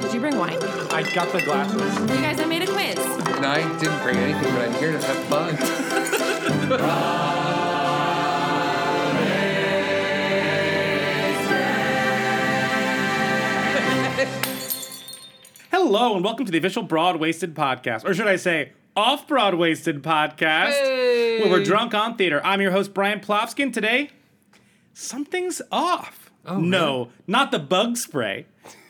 Did you bring wine? You I got the glasses. guys, I made a quiz. No, I didn't bring anything, but I'm here to have fun. Hello, and welcome to the official Broadwasted podcast, or should I say, Off Broadwasted podcast, where we're drunk on theater. I'm your host, Brian Plofskin. Today, something's off. no, not the bug spray.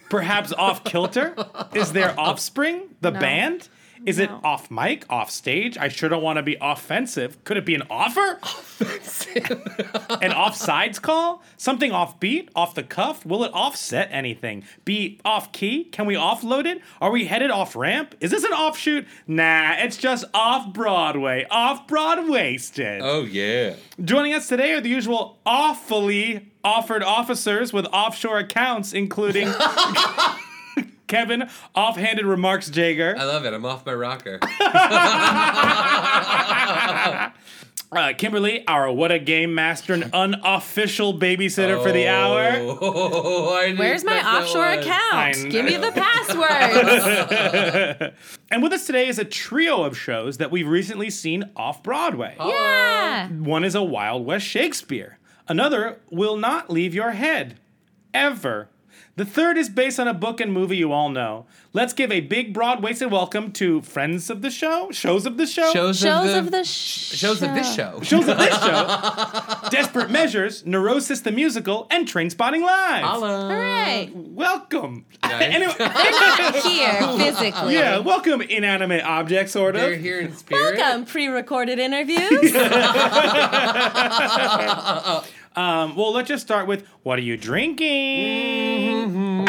Perhaps off kilter? Is there offspring, the band? Is it No. off mic, off stage? I sure don't want to be offensive. Could it be an offer? an offsides call? Something offbeat? Off the cuff? Will it offset anything? Be off key? Can we offload it? Are we headed off ramp? Is this an offshoot? Nah, it's just off Broadway. Off Broadwasted. Oh yeah. Joining us today are the usual awfully offered officers with offshore accounts, including Kevin Offhanded Remarks Jager. I love it. I'm off my rocker. Uh, Kimberly, our What a Game Master and unofficial babysitter for the hour. Oh, I didn't Where's my expect that offshore one. I account? know. Give me the password. And with us today is a trio of shows that we've recently seen off Broadway. yeah. One is a Wild West Shakespeare, another will not leave your head. Ever. The third is based on a book and movie you all know. Let's give a big, broad waisted welcome to friends of the show, shows of the show, Shows, Shows of of the, the sh- shows of this show. shows of this show, Desperate Measures, Neurosis the Musical, and Train Spotting Live. Hooray. Welcome. Nice. Anyway- Here, physically. yeah, welcome, inanimate objects, sort of. They're here in spirit. Welcome, pre-recorded interviews. Um, well, let's just start with what are you drinking?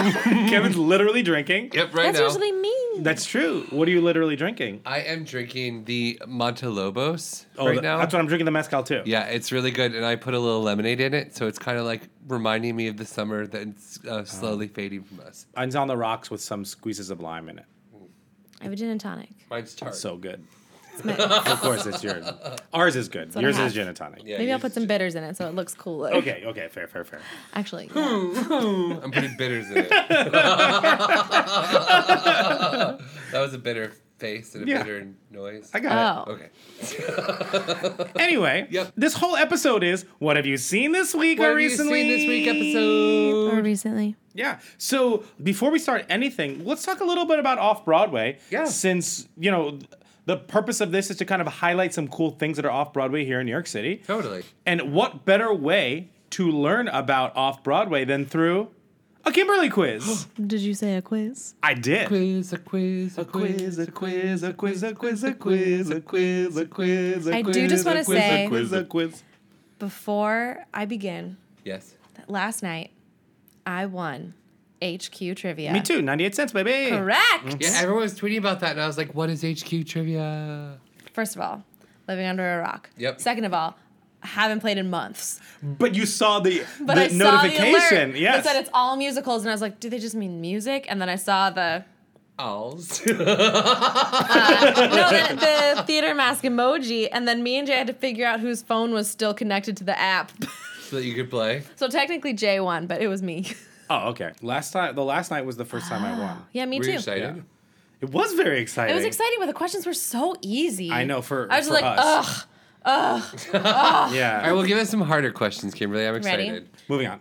Kevin's literally drinking. Mm-hmm. Yep, right That's now. usually me. That's true. What are you literally drinking? I am drinking the Montelobos Oh, right th- now. that's what I'm drinking the mezcal too. yeah, it's really good, and I put a little lemonade in it, so it's kind of like reminding me of the summer that's uh, slowly fading from us. Uh-huh. Mine's on the rocks with some squeezes of lime in it. I have a gin and tonic. Mine's tart. So good. of course, it's yours. Ours is good. I Yours is have. gin and tonic. Yeah, Maybe I'll you- put some bitters in it so it looks cooler. Okay. Okay. Fair. Fair. Fair. Actually, yeah. I'm putting bitters in it. that was a bitter face and a Yeah. bitter noise. I got oh. okay. it. Anyway, Yep. this whole episode is what have you seen this week What or have you seen recently? this week episode? Or recently. Yeah. So before we start anything, let's talk a little bit about off Broadway. Yeah. Since you know. th- The purpose of this is to kind of highlight some cool things that are off Broadway here in New York City. Totally. And what better way to learn about off Broadway than through a Kimberly quiz? Did you say a quiz? I did. Quiz, a quiz, a quiz, a quiz, a quiz, a quiz, a quiz, a quiz, a quiz, a I do just wanna quiz, a say- quiz, a- quiz. Before I begin, Yes. last night I won HQ trivia. Me too. 98 cents, baby. Correct. Yeah, everyone was tweeting about that, and I was like, what is HQ trivia? First of all, living under a rock. Yep. Second of all, haven't played in months. But you saw the, But the I saw the notification. alert yes. that said it's all musicals, and I was like, do they just mean music? And then I saw the Alls. Oh. no the, the theater mask emoji, and then me and Jay had to figure out whose phone was still connected to the app. so that you could play. so technically Jay won, but it was me. oh, okay. Last time, the last night was the first time I won. Ah, yeah, me Were too. you excited? Yeah. It was very exciting. It was exciting, but the questions were so easy. I know, for- I was for like, us. ugh. All Yeah. right, we'll give us some harder questions, Kimberly. I'm Ready? excited. Moving on.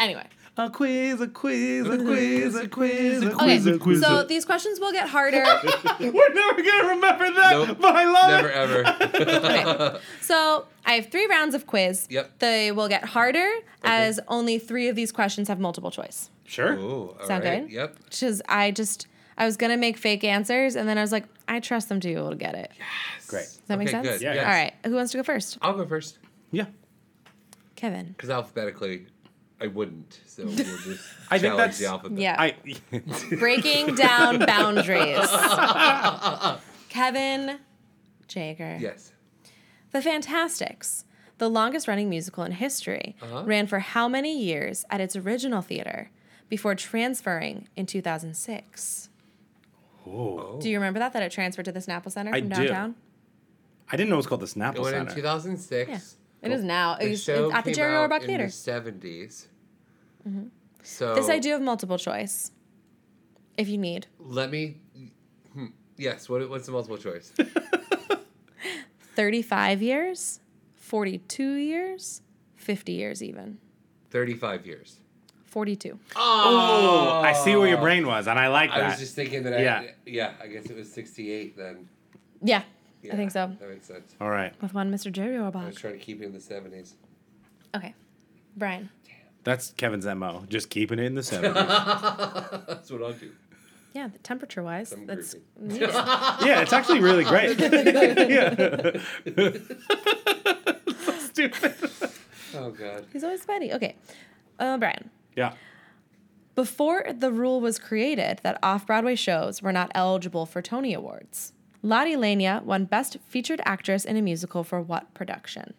Anyway. a quiz, a quiz, a quiz, a quiz, a Okay, quiz, a quiz. so these questions will get harder. We're never gonna remember that, Nope. but I love Never it. ever. so I have three rounds of quiz. Yep. They will get harder as only three of these questions have multiple choice. Sure. Ooh, all Sound right, good? Yep. Which is, I just, I was going to make fake answers, and then I was like, I trust them to be able to get it. Does Great. that make Okay, sense? good. Yeah, All yes. Um, right, who wants to go first? I'll go first Yeah. Kevin. because alphabetically, I wouldn't. So we'll just I think challenge that's- the alphabet. Yeah. I Breaking down boundaries. Kevin Jager. Yes. The Fantastics, the longest running musical in history, Uh-huh. ran for how many years at its original theater before transferring in 2006? Oh. Do you remember that? That it transferred to the Snapple Center I from do. downtown? I didn't know it was called the It Snapple went in Center. 2006. Yeah. It is now. The It's, show it's at the came Jerry out Orbach in Theater. Mm-hmm. The 70s. So This idea of multiple choice, if you need. Let me. hmm, Yes. What, what's the multiple choice? 35 years, 42 years, 50 years even. 35 years. 42. Uh, Oh, I see where your brain was, and I like that. I was just thinking that. Yeah. I, yeah. I guess it was 68 then. Yeah, Yeah, I think so. That makes sense. All right. With one Mr. Jerry I was Orbach. trying to keep it in the 70s. Okay. Brian. That's Kevin's MO. Just keeping it in the 70s. That's what I'll do. Yeah, the temperature wise, I'm that's grouping. yeah, it's actually really great. yeah. so stupid. Oh, God. He's always sweaty. Okay. Uh, Brian. Yeah. Before the rule was created that off Broadway shows were not eligible for Tony Awards, Lottie Lania won Best Featured Actress in a Musical for what production?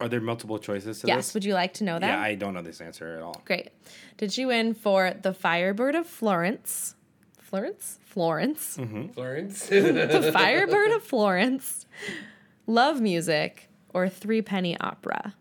Are there multiple choices to Yes, this? would you like to know that? Yeah, I don't know this answer at all. Great. Did she win for The Firebird of Florence? Florence? Florence. Mm-hmm. Florence. the Firebird of Florence, Love Music, or Three Penny Opera?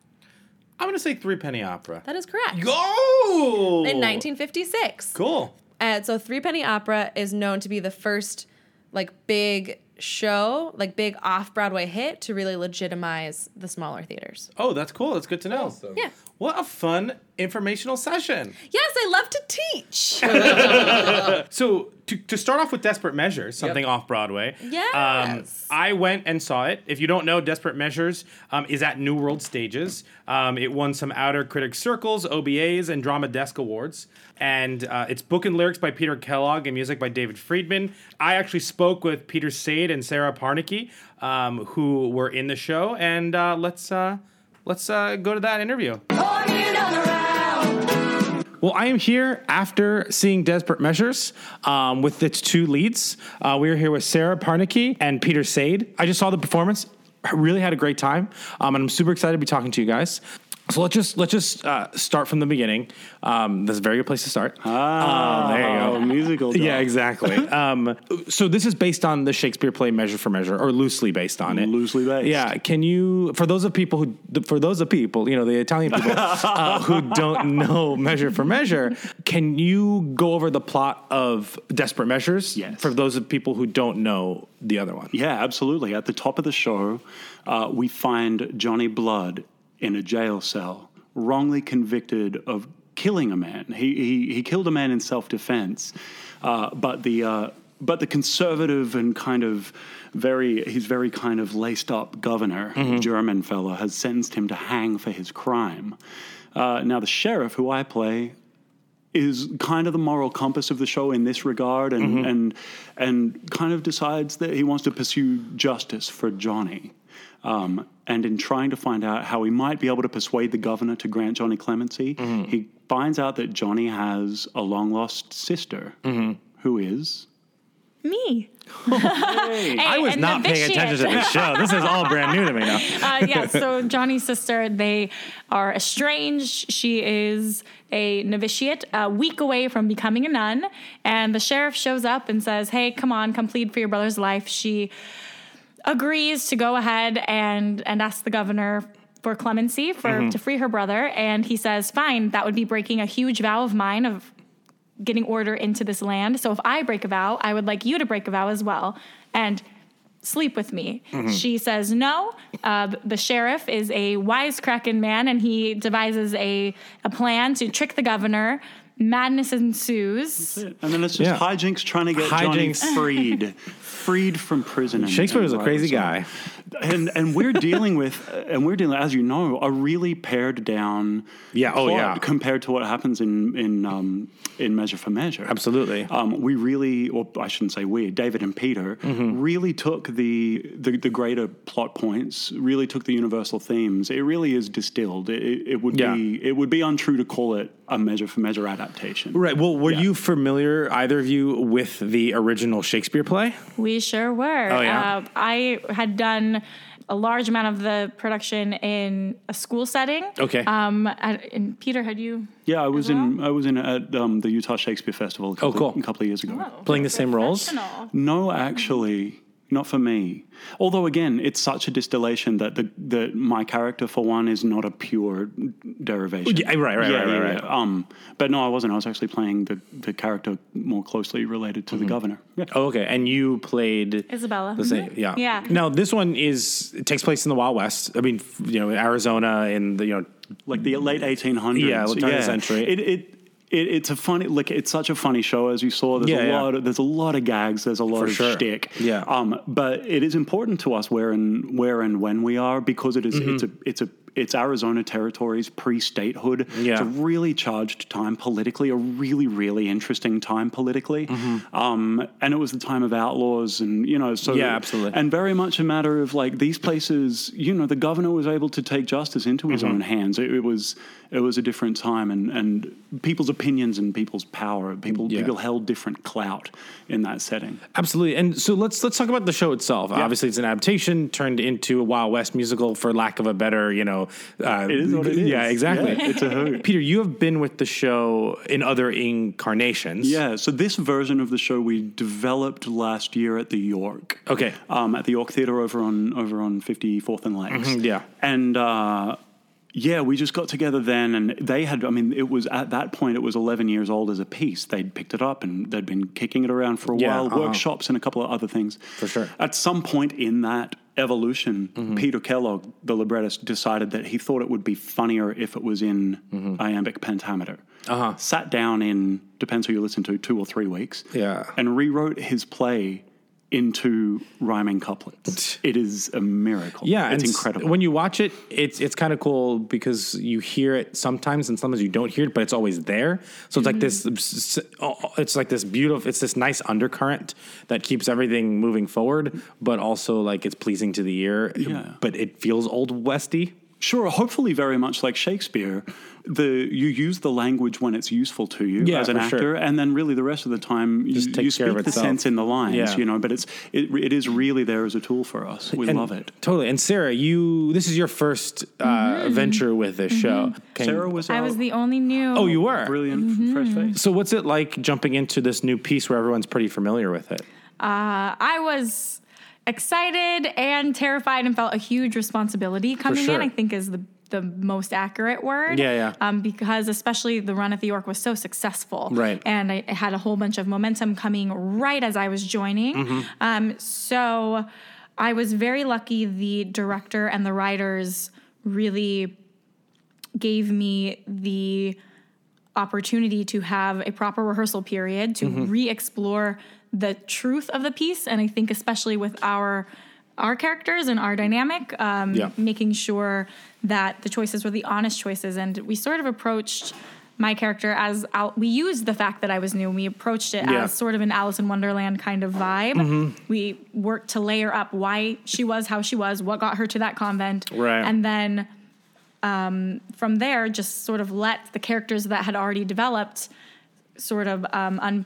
I'm gonna say three penny opera. That is correct. Go In 1956. Cool. And Uh, so Three Penny Opera is known to be the first like big show, like big off-Broadway hit to really legitimize the smaller theaters. Oh, that's cool. That's good to know. Yeah. What a fun informational session. Yes, I love to teach. So to, to start off with Desperate Measures, something off Broadway. Yes. Um, I went and saw it. If you don't know, Desperate Measures um, is at New World Stages. Um, it won some Outer Critics Circles, OBAs, and Drama Desk Awards. And uh, it's book and lyrics by Peter Kellogg and music by David Friedman. I actually spoke with Peter Sade and Sarah Parnicki, um, who were in the show. And uh, let's uh, let's uh, go to that interview. Well, I am here after seeing Desperate Measures um, with its two leads. Uh, we are here with Sarah Parnicki and Peter Sade. I just saw the performance; I really had a great time, um, and I'm super excited to be talking to you guys. So let's just let's just uh, start from the beginning. Um, that's a very good place to start. Ah, there you go. oh, musical. Dog. Yeah, exactly. um, so this is based on the Shakespeare play Measure for Measure, or loosely based on it. Loosely based. Yeah. Can you, for those of people who, for those of people, you know, the Italian people uh, who don't know Measure for Measure, can you go over the plot of Desperate Measures? Yes. For those of people who don't know the other one. Yeah, absolutely. At the top of the show, uh, we find Johnny Blood in a jail cell, wrongly convicted of killing a man. He he, he killed a man in self defense, uh, but the. Uh, but the conservative and kind of very, he's very kind of laced up governor, Mm-hmm. German fella, has sentenced him to hang for his crime. Uh, now, the sheriff, who I play, is kind of the moral compass of the show in this regard and Mm-hmm. and and kind of decides that he wants to pursue justice for Johnny. Um, and in trying to find out how he might be able to persuade the governor to grant Johnny clemency, Mm-hmm. he Mm-hmm. finds out that Johnny has a long lost sister who is Me. I was not paying attention to the show. This is all brand new to me now. uh, yeah, so Johnny's sister, they are estranged. She is a novitiate, a week away from becoming a nun. And the sheriff shows up and says, Hey, come on, come plead for your brother's life. She agrees to go ahead and, and ask the governor for clemency for to free her brother. And he says, Fine, that would be breaking a huge vow of mine of getting order into this land. So if I break a vow, I would like you to break a vow as well. And sleep with me. Mm-hmm. She says no. Uh, the sheriff is a wisecracking man, and he devises a a plan to trick the governor. Madness ensues. And then it's just Yeah. hijinks trying to get Johnny Hijinks. freed, freed from prison. and- Shakespeare and was a whatever. crazy guy. and and we're dealing with uh, and we're dealing as you know a really pared down Yeah, oh, plot yeah. compared to what happens in in um, in Measure for Measure Absolutely. um, we really or I shouldn't say we David and Peter Mm-hmm. really took the, the the greater plot points really took the universal themes it really is distilled it, it, it would Yeah. be it would be untrue to call it a Measure for Measure adaptation Right. Well, were you familiar, either of you, with the original Shakespeare play? We sure were. Oh, yeah? Uh, I had done a large amount of the production in a school setting. Okay. Um, and, and Peter, had you? yeah I was in I was in at um, the Utah Shakespeare Festival a couple, Oh, cool. a couple of years ago Playing the same roles? Professional. No, actually, not for me. Although again, it's such a distillation that the that my character for one is not a pure derivation. Yeah, right, right, right, right, right. Um, but no, I wasn't. I was actually playing the the character more closely related to the governor. Yeah. Oh, okay. And you played Isabella. The same, Mhm. yeah. Yeah. Now this one is it takes place in the Wild West. I mean, f- you know, in Arizona and the you know, like the late 1800s. Yeah, turn of the century. It, it it it's a funny like it's such a funny show as you saw. There's Yeah, a yeah. lot of, there's a lot of gags. There's a lot For of sure. shtick. Yeah. Um, but it is important to us where and where and when we are because it is- Mm-hmm. it's a it's a it's Arizona territories pre-statehood. It's Yeah. a really charged time politically, a really really interesting time politically. Mm-hmm. Um, and it was the time of outlaws and you know so Yeah, absolutely. and very much a matter of like these places, you know, the governor was able to take justice into Mm-hmm. his own hands. It, it was it was a different time, and and people's opinions and people's power, people Yeah. people held different clout in that setting. absolutely. And so let's let's talk about the show itself. Obviously, it's an adaptation turned into a Wild West musical, for lack of a better, you know, uh, It is what it is. Yeah, exactly. Yeah, it's a hoot. Peter, you have been with the show in other incarnations. Yeah, so this version of the show we developed last year at the York. Okay. Um, at the York Theatre over on over on 54th and Lakes. Mhm, yeah. And uh, yeah, we just got together then and they had I mean it was at that point it was 11 years old as a piece. They'd picked it up and they'd been kicking it around for a Yeah, while, uh-huh. workshops and a couple of other things. For sure. At some point in that evolution, Mm-hmm. Peter Kellogg, the librettist, decided that he thought it would be funnier if it was in Mm-hmm. iambic pentameter. Uh-huh. Sat down in, depends who you listen to, two or three weeks. Yeah. And rewrote his play into rhyming couplets. it is a miracle. Yeah, It's and s- incredible. When you watch it, it's it's kind of cool because you hear it sometimes, and sometimes you don't hear it, but it's always there. So it's like this, s- s- it's like this beautiful, it's this nice undercurrent that keeps everything moving forward, but also like it's pleasing to the ear. Yeah. but it feels old westy. Sure, hopefully very much like Shakespeare, the you use the language when it's useful to you Yeah, as an for actor, sure. and then really the rest of the time you, Just you takes speak care of the itself. sense in the lines, Yeah. you know. But it's it, it is really there as a tool for us. We And- love it. totally. And Sarah, you this is your first uh, venture with this show. Mm-hmm. Can- Sarah was I our was the only new. oh, you were. brilliant fresh face. So what's it like jumping into this new piece where everyone's pretty familiar with it? Uh, I was excited and terrified and felt a huge responsibility coming sure. in, I think is the the most accurate word. Yeah, yeah. Um, because especially the run at the York was so successful. Right. And I, I had a whole bunch of momentum coming right as I was joining. Mm-hmm. Um, so I was very lucky the director and the writers really gave me the opportunity to have a proper rehearsal period to Mm-hmm. re-explore the truth of the piece and i think especially with our our characters and our dynamic um, Yeah. making sure that the choices were the honest choices and we sort of approached my character as Al- we used the fact that i was new we approached it Yeah. Mm-hmm. as sort of an alice in wonderland kind of vibe we worked to layer up why she was how she was what got her to that convent Right. and then from there, just sort of let the characters that had already developed sort of um, un-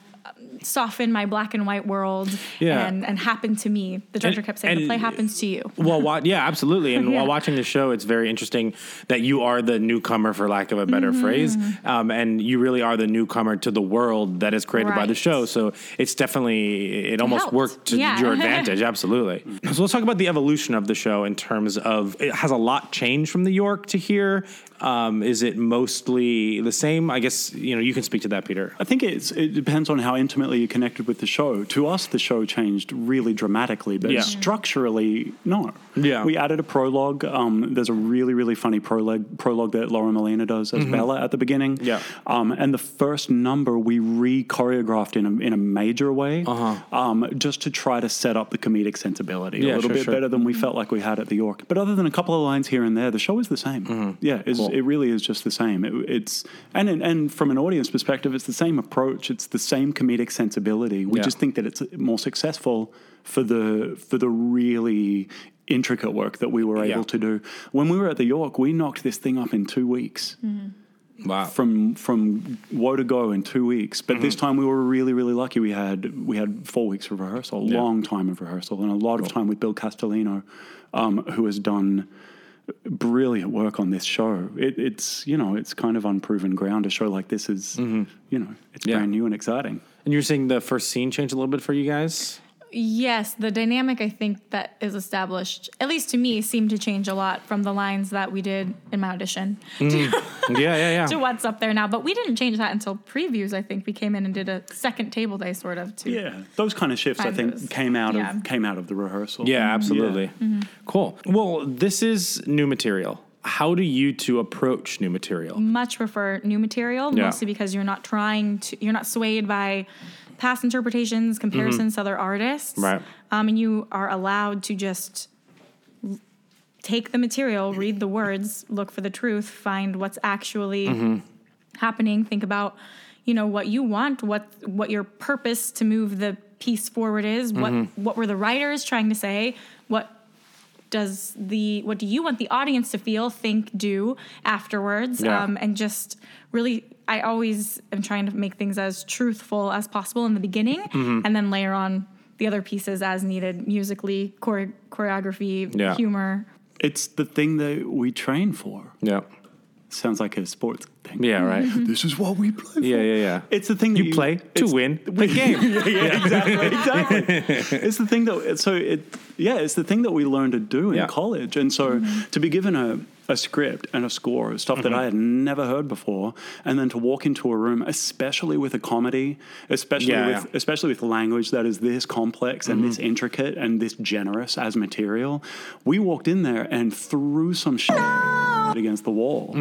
soften my black and white world Yeah. and, and happen to me. The director And- kept saying the and- play happens to you. Well, wa- yeah, absolutely. And Yeah. while watching the show, it's very interesting that you are the newcomer, for lack of a better phrase, um, and you really are the newcomer to the world that is created by the Right. show. So it's definitely it almost helped. worked to Yeah. your advantage. Absolutely. Mm. So let's talk about the evolution of the show in terms of it has a lot changed from the York to here. Um, is it mostly the same? I guess you know you can speak to that, Peter. I think it's it depends on how intimately you connected with the show. To us, the show changed really dramatically, but Yeah. structurally, no. Yeah. we added a prologue. Um, there's a really really funny prologue prologue that Laura Molina does as Bella at the beginning. Mm-hmm. Yeah. um, and the first number we re choreographed in a, in a major way, uh-huh. um, just to try to set up the comedic sensibility a Yeah, little sure, bit sure. better than we felt like we had at the York. But other than a couple of lines here and there, the show is the same. Mm-hmm. Yeah, it's, it really is just the same. It, it's and and from an audience perspective, it's the same approach. It's the same comedic sensibility. We Yeah. just think that it's more successful for the for the really intricate work that we were Yeah. able to do. When we were at the York, we knocked this thing up in two weeks Wow. Mm-hmm. from from woe to go in two weeks. But this time we were really really lucky. We had we had four weeks of rehearsal, a long time of rehearsal, and a lot of time with Bill Castellino, um, who has done brilliant work on this show. It, it's you know it's kind of unproven ground. A show like this is you know it's Mm-hmm. Yeah. brand new and exciting. and you're seeing the first scene change a little bit for you guys. Yes, the dynamic I think that is established, at least to me, seemed to change a lot from the lines that we did in my audition Yeah, yeah, yeah. to what's up there now. But we didn't change that until previews. I think we came in and did a second table day sort of too. Yeah, those kind of shifts I Find think those. came out Yeah. of came out of the rehearsal. Yeah, absolutely. Cool. Well, this is new material. How do you two approach new material? much prefer new material Yeah. mostly because you're not trying to you're not swayed by past interpretations comparisons to other artists Right. um, and you are allowed to just l- take the material read the words look for the truth find what's actually happening think about you know what you want what what your purpose to move the piece forward is what Mm-hmm. what were the writers trying to say what does the what do you want the audience to feel think do afterwards Yeah. um, and just really i always am trying to make things as truthful as possible in the beginning Mm-hmm. and then layer on the other pieces as needed musically chore- choreography Yeah. humor It's the thing that we train for. Yeah. Sounds like a sports thing. Yeah, right. This is what we play. Yeah, for. yeah, yeah. It's the thing that you, play to it's- win the game. it's the thing that so it yeah it's the thing that we learn to do in Yeah. college and so to be given a a script and a score stuff Mm-hmm. that I had never heard before and then to walk into a room especially with a comedy especially Yeah, with yeah. Mm-hmm. especially with language that is this complex and this intricate and this generous as material we walked in there and threw some shit against the wall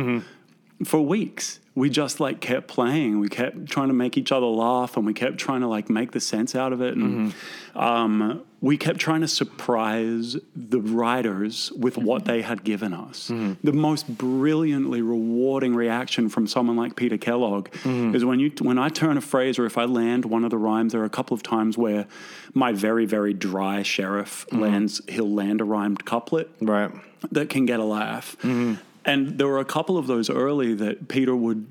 for weeks. We just like kept playing. We kept trying to make each other laugh, and we kept trying to like make the sense out of it. And um, we kept trying to surprise the writers with what they had given us. The most brilliantly rewarding reaction from someone like Peter Kellogg is when you when I turn a phrase or if I land one of the rhymes. There are a couple of times where my very very dry sheriff lands. He'll land a rhymed couplet right. that can get a laugh. And there were a couple of those early that Peter would,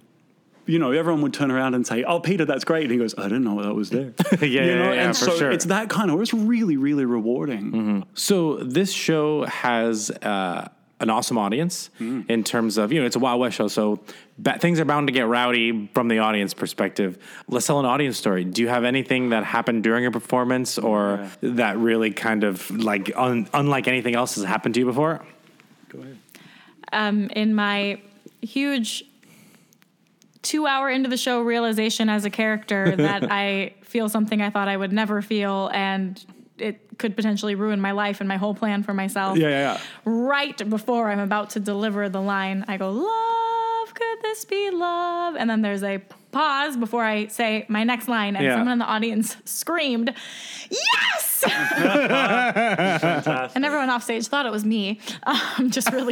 you know, everyone would turn around and say, "Oh, Peter, that's great," and he goes, "I didn't know that was there." Yeah, yeah, you know, yeah, and for so sure. it's that kind of. It's really, really rewarding. So this show has uh, an awesome audience in terms of you know it's a Wild West show, so ba- things are bound to get rowdy from the audience perspective. Let's tell an audience story. Do you have anything that happened during a performance or that really kind of like un- unlike anything else has happened to you before? um, in my huge two hour into the show realization as a character that I feel something I thought I would never feel and it could potentially ruin my life and my whole plan for myself. yeah, yeah. Right before I'm about to deliver the line, I go, Love, could this be love? And then there's a pause before I say my next line, and Yeah. someone in the audience screamed, Yes! and everyone off stage thought it was me. I'm just really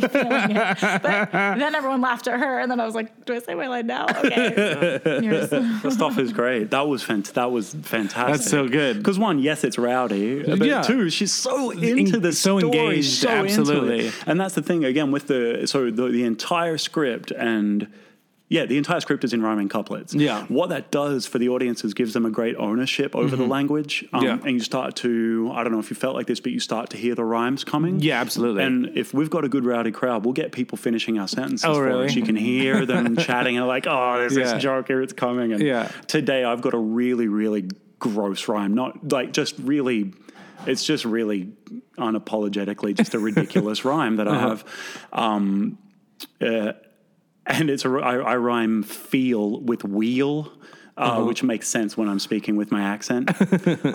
feeling it. But then everyone laughed at her, and then I was like, Do I say my line now? Okay. Yours. The Mm-hmm. stuff is great. That was fant- That was fantastic. That's so good. Because one, yes, it's rowdy. But Yeah. two, she's so into the so story, engaged, so into absolutely. it. And that's the thing again with the so the, the entire script and Yeah, the entire script is in rhyming couplets. Yeah. What that does for the audience is gives them a great ownership over the language. Um, Mm-hmm. Yeah. And you start to, I don't know if you felt like this, but you start to hear the rhymes coming. Yeah, absolutely. And if we've got a good rowdy crowd, we'll get people finishing our sentences Oh, for really? us. You can hear them chatting and like, oh, there's Yeah. this joke here, it's coming. And Yeah. today I've got a really, really gross rhyme. Not like just really, it's just really unapologetically just a ridiculous rhyme that Uh-huh. I have. Um, uh, and it's a, I, I rhyme feel with wheel, uh, Uh-huh. which makes sense when I'm speaking with my accent.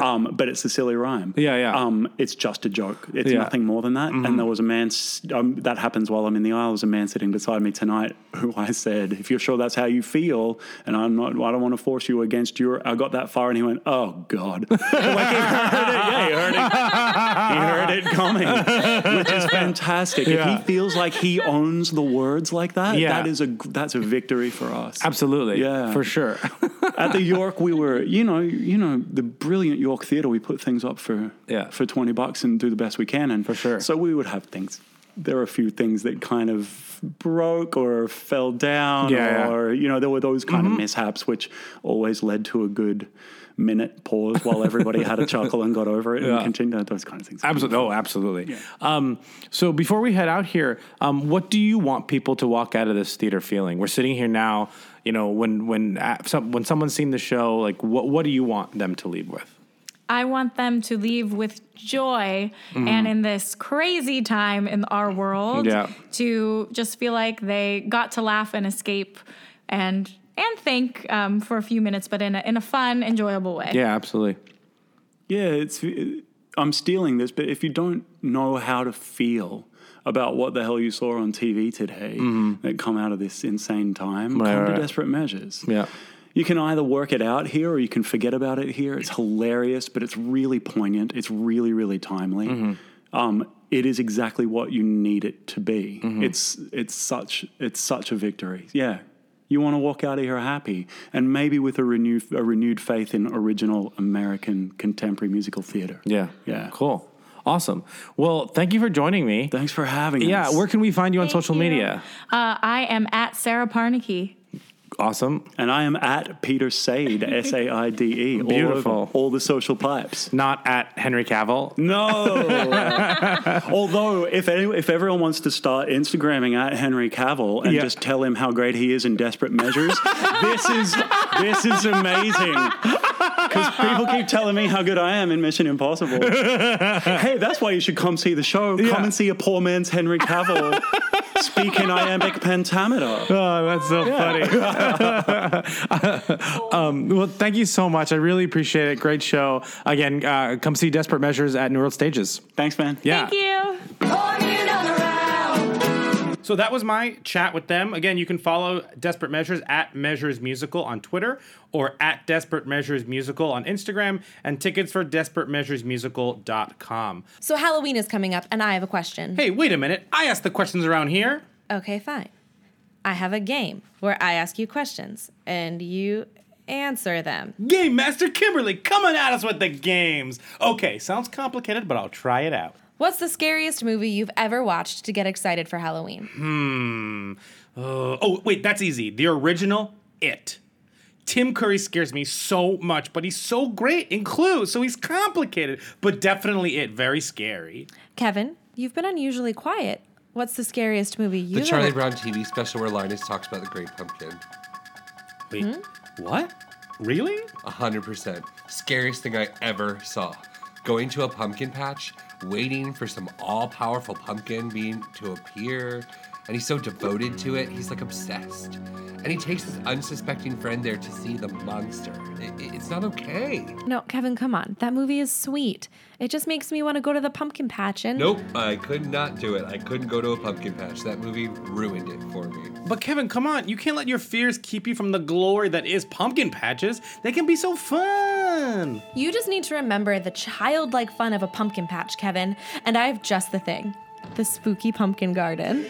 um, but it's a silly rhyme. Yeah, yeah. Um, it's just a joke. It's Yeah. nothing more than that. Mm-hmm. And there was a man s- um, that happens while I'm in the aisle. There's a man sitting beside me tonight who I said, "If you're sure that's how you feel, and I'm not, I don't want to force you against your." I got that far, and he went, "Oh God." like he heard it. Yeah, he heard it he heard it coming, which is fantastic. Ah. Yeah. If he feels like he owns the words like that, Yeah. that is a that's a victory for us. Absolutely. Yeah. For sure. At the York, we were, you know, you know, the brilliant York Theatre. We put things up for Yeah. for twenty bucks and do the best we can, and for sure. So we would have things. There were a few things that kind of broke or fell down, Yeah, Mm-hmm. yeah. or you know, there were those kind of mishaps which always led to a good minute pause while everybody had a chuckle and got over it and continued those kind of things. Absolutely. Oh, absolutely. Um, so before we head out here, um, what do you want people to walk out of this theater feeling? We're sitting here now. You know, when when uh, some, when someone's seen the show, like what what do you want them to leave with? I want them to leave with joy and in this crazy time in our world Yeah. to just feel like they got to laugh and escape and and think um, for a few minutes, but in a, in a fun, enjoyable way. Yeah, absolutely. Yeah, it's. I'm stealing this, but if you don't know how to feel about what the hell you saw on TV today that come out of this insane time, Mm-hmm. Right, come right. to desperate measures. Yeah. You can either work it out here or you can forget about it here. It's hilarious, but it's really poignant. It's really, really timely. Mm-hmm. Um, it is exactly what you need it to be. It's it's such it's such a victory. Yeah. You want to walk out of here happy and maybe with a renewed a renewed faith in original American contemporary musical theater. Yeah. Yeah. Cool. Awesome. Well, thank you for joining me. Thanks for having yeah. us. Where can we find you on Thank social you. media? Uh, I am at Sarah Parnicki. Awesome. and I am at Peter Said, S A I D E. all over Beautiful. all the social pipes. Not at Henry Cavill. No. Although, if any, if everyone wants to start Instagramming at Henry Cavill and Yeah. just tell him how great he is in Desperate Measures, this is this is amazing. Because people keep telling me how good I am in Mission Impossible. hey, that's why you should come see the show. Come and see a poor man's Henry Cavill speak in iambic pentameter. Oh, that's so funny. um, well, thank you so much. I really appreciate it. Great show. Again, uh, come see Desperate Measures at New World Stages. Thanks, man. Yeah. Thank you. So that was my chat with them. Again, you can follow Desperate Measures at Measures Musical on Twitter or at Desperate Measures Musical on Instagram and tickets for desperatemeasuresmusical.com. So Halloween is coming up, and I have a question. Hey, wait a minute. I asked the questions around here. Okay, fine. I have a game where I ask you questions and you answer them. Game Master Kimberly coming at us with the games. Okay, sounds complicated, but I'll try it out. What's the scariest movie you've ever watched to get excited for Halloween? Uh, oh, wait, that's easy. The original It. Tim Curry scares me so much, but he's so great in Clue, so he's complicated, but definitely It. Very scary. Kevin, you've been unusually quiet. What's the scariest movie The you've Charlie ever Brown TV special where Linus talks about the Great Pumpkin. Wait, what? Really? A hundred percent. Scariest thing I ever saw. Going to a pumpkin patch, waiting for some all-powerful pumpkin being to appear, and he's so devoted to it, he's like obsessed. And he takes his unsuspecting friend there to see the monster. I- I- it's not okay. No, Kevin, come on. That movie is sweet. It just makes me want to go to the pumpkin patch and Nope, I could not do it. I couldn't go to a pumpkin patch. That movie ruined it for me. But Kevin, come on. You can't let your fears keep you from the glory that is pumpkin patches. They can be so fun. You just need to remember the childlike fun of a pumpkin patch, Kevin, and I have just the thing the spooky pumpkin garden.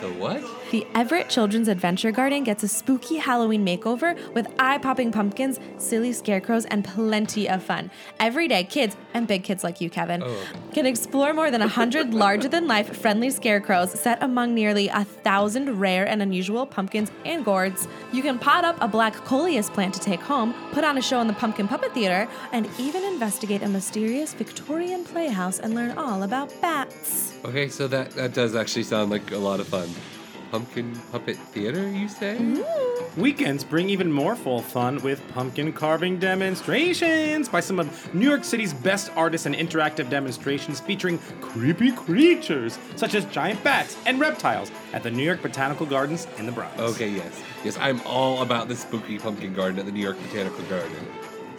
The what? The Everett Children's Adventure Garden gets a spooky Halloween makeover with eye popping pumpkins, silly scarecrows, and plenty of fun. Every day, kids and big kids like you, Kevin, Oh. can explore more than 100 larger than life friendly scarecrows set among nearly a thousand rare and unusual pumpkins and gourds. You can pot up a black coleus plant to take home, put on a show in the Pumpkin Puppet Theater, and even investigate a mysterious Victorian playhouse and learn all about bats. Okay, so that, that does actually sound like a lot of fun. Pumpkin Puppet Theater, you say? Mm-hmm. Weekends bring even more full fun with pumpkin carving demonstrations by some of New York City's best artists and interactive demonstrations featuring creepy creatures such as giant bats and reptiles at the New York Botanical Gardens in the Bronx. Okay, yes. Yes, I'm all about the spooky pumpkin garden at the New York Botanical Garden.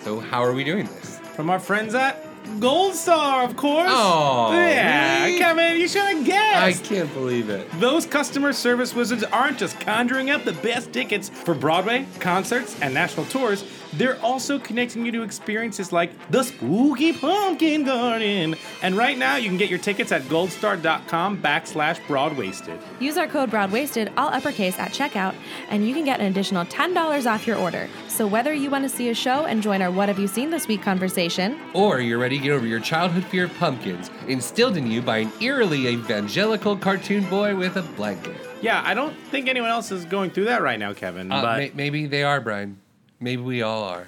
So, how are we doing this? From our friends at Gold Star, of course. Oh, yeah, really? Kevin, you should have I guessed. can't believe it. Those customer service wizards aren't just conjuring up the best tickets for Broadway, concerts, and national tours. They're also connecting you to experiences like the Spooky Pumpkin Garden. And right now, you can get your tickets at goldstar.com backslash broadwasted. Use our code BROADWASTED, all uppercase, at checkout, and you can get an additional $10 off your order. So whether you want to see a show and join our What Have You Seen This Week conversation, Or you're ready to get over your childhood fear of pumpkins, instilled in you by an eerily evangelical cartoon boy with a blanket. Yeah, I don't think anyone else is going through that right now, Kevin. Uh, but may- maybe they are, Brian. Maybe we all are.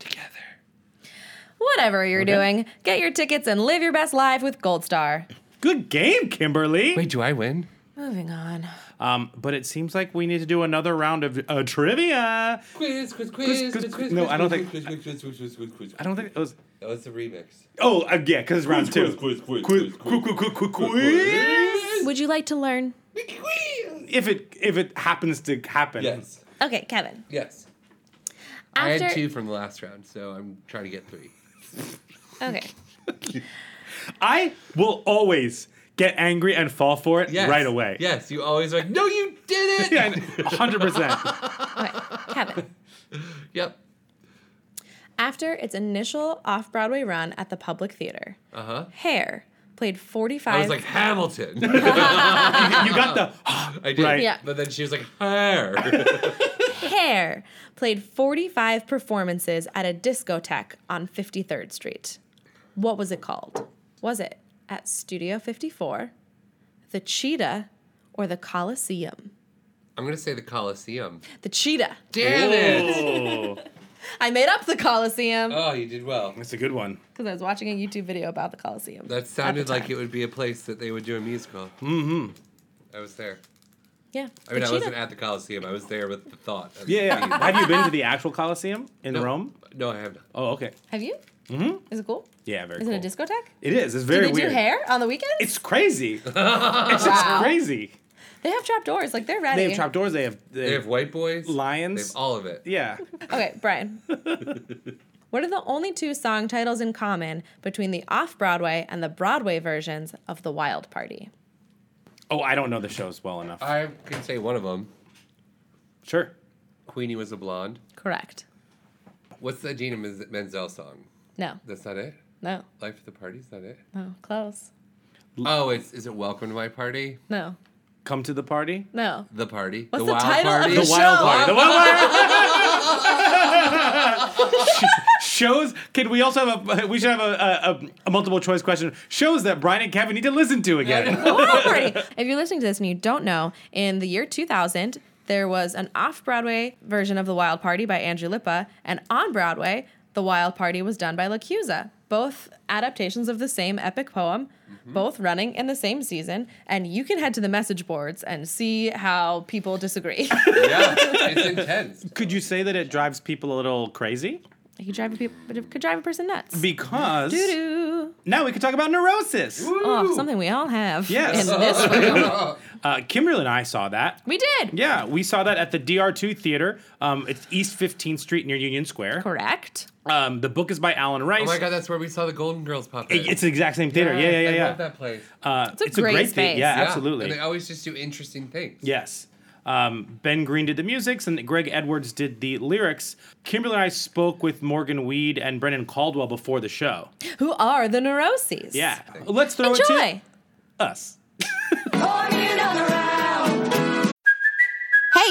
Together. whatever you're doing, get your tickets and live your best life with Gold Star. good game, Kimberly. Wait, do I win? Moving on. Um, but it seems like we need to do another round of uh, trivia. Quiz, quiz, Quiz, quiz, quiz, no, I don't think- Quiz, quiz, quiz, quiz, quiz, quiz, quiz. I don't think it was. That was the remix. Oh, uh, yeah, because it's round two. Quiz, quiz, quiz, Quiz, quiz, quiz, quiz, quiz, quiz, quiz. Would you like to learn? If it if it happens to happen. Yes. Okay, Kevin. Yes. I After, had two from the last round, so I'm trying to get three. Okay. I will always get angry and fall for it Yes. right away. Yes, you always are like, no, you did Yeah, it! and 100%. Okay, Kevin. yep. After its initial off Broadway run at the Public Theater, uh-huh. Hair played 45. I was like, Hamilton. you got the. I did. Right. Yeah. But then she was like, hair. Hair played 45 performances at a discotheque on 53rd Street. What was it called? Was it at Studio 54, the Cheetah, or the Coliseum? I'm going to say the Coliseum. The Cheetah. Damn it! Oh, I made up the Coliseum Oh, you did well. that's a good one. because I was watching a YouTube video about the Coliseum. That sounded like it would be a place that they would do a musical. Mm-hmm. I was there. Yeah. I mean, the I Cheetah. wasn't at the Coliseum. I was there with the thought. of- Yeah, yeah. Have you been to the actual Colosseum in Rome? No, I have not. Oh, okay. Have you? Mm-hmm. Is it cool? Yeah, very Is cool. it a discotheque? It is. It's Do very they weird. do hair on the weekends? It's crazy. it's just crazy. they have trap doors. Like they're ready. They have trapdoors. They have. They, They have white boys, Lions. They have all of it. Yeah. Okay, Brian. what are the only two song titles in common between the off Broadway and the Broadway versions of The Wild Party? Oh, I don't know the shows well enough. I can say one of them. sure. Queenie was a blonde. Correct. What's the Gina Menz- Menzel song? No, That's not it. no, Life at the Party's not it. no. Close. Oh, it's is it Welcome to My Party? No, Come to the party. no. The party. What's the title of the The show? Wild party. The wild party. shows. Can we also have a? We should have a, a, a multiple choice question. Shows that Brian and Kevin need to listen to again. The Wild Party. If you're listening to this and you don't know, in the year 2000, there was an off Broadway version of The Wild Party by Andrew Lippa, and on Broadway, The Wild Party was done by Lacusa. Both adaptations of the same epic poem, Mm-hmm. both running in the same season, and you can head to the message boards and see how people disagree. Yeah, it's intense. Could you say that it drives people a little crazy? you drive a peop- but it could drive a person nuts. Because Doo-doo. now we can talk about neurosis. Oh, something we all have Yes. in this room. Uh, Kimberly and I saw that. we did. Yeah, we saw that at the DR2 Theater. Um, it's East 15th Street near Union Square. Correct. Um, the book is by Alan Rice. Oh my god, that's where we saw the Golden Girls pop in. It- It's the exact same theater. Yeah, yeah, yeah. I yeah. love that place. Uh, a great theater. space. Yeah, Yeah, absolutely. And they always just do interesting things. Yes. Um, ben Green did the musics and Greg Edwards did the lyrics. Kimberly and I spoke with Morgan Weed and Brendan Caldwell before the show. Who are the neuroses? Yeah. Let's throw Enjoy. it to us. Hey,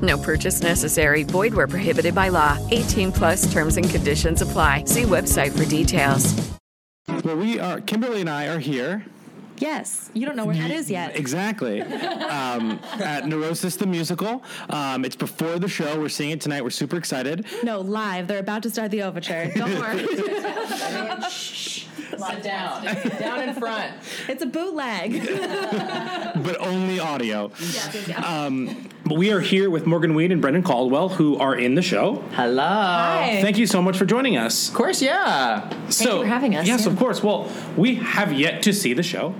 No purchase necessary. Void where prohibited by law. 18 plus terms and conditions apply. See website for details. Well, we are, Kimberly and I are here. Yes, you don't know where that is yet. Exactly. um, at Neurosis the Musical. Um, it's before the show. We're seeing it tonight. We're super excited. No, live. They're about to start the overture. Don't worry. Sit down. down in front. It's a bootleg. but only audio. Um, but we are here with Morgan Weed and Brendan Caldwell, who are in the show. Hello. Hi. Thank you so much for joining us. Of course, yeah. so, for having us, Yes, yeah. of course. Well, we have yet to see the show.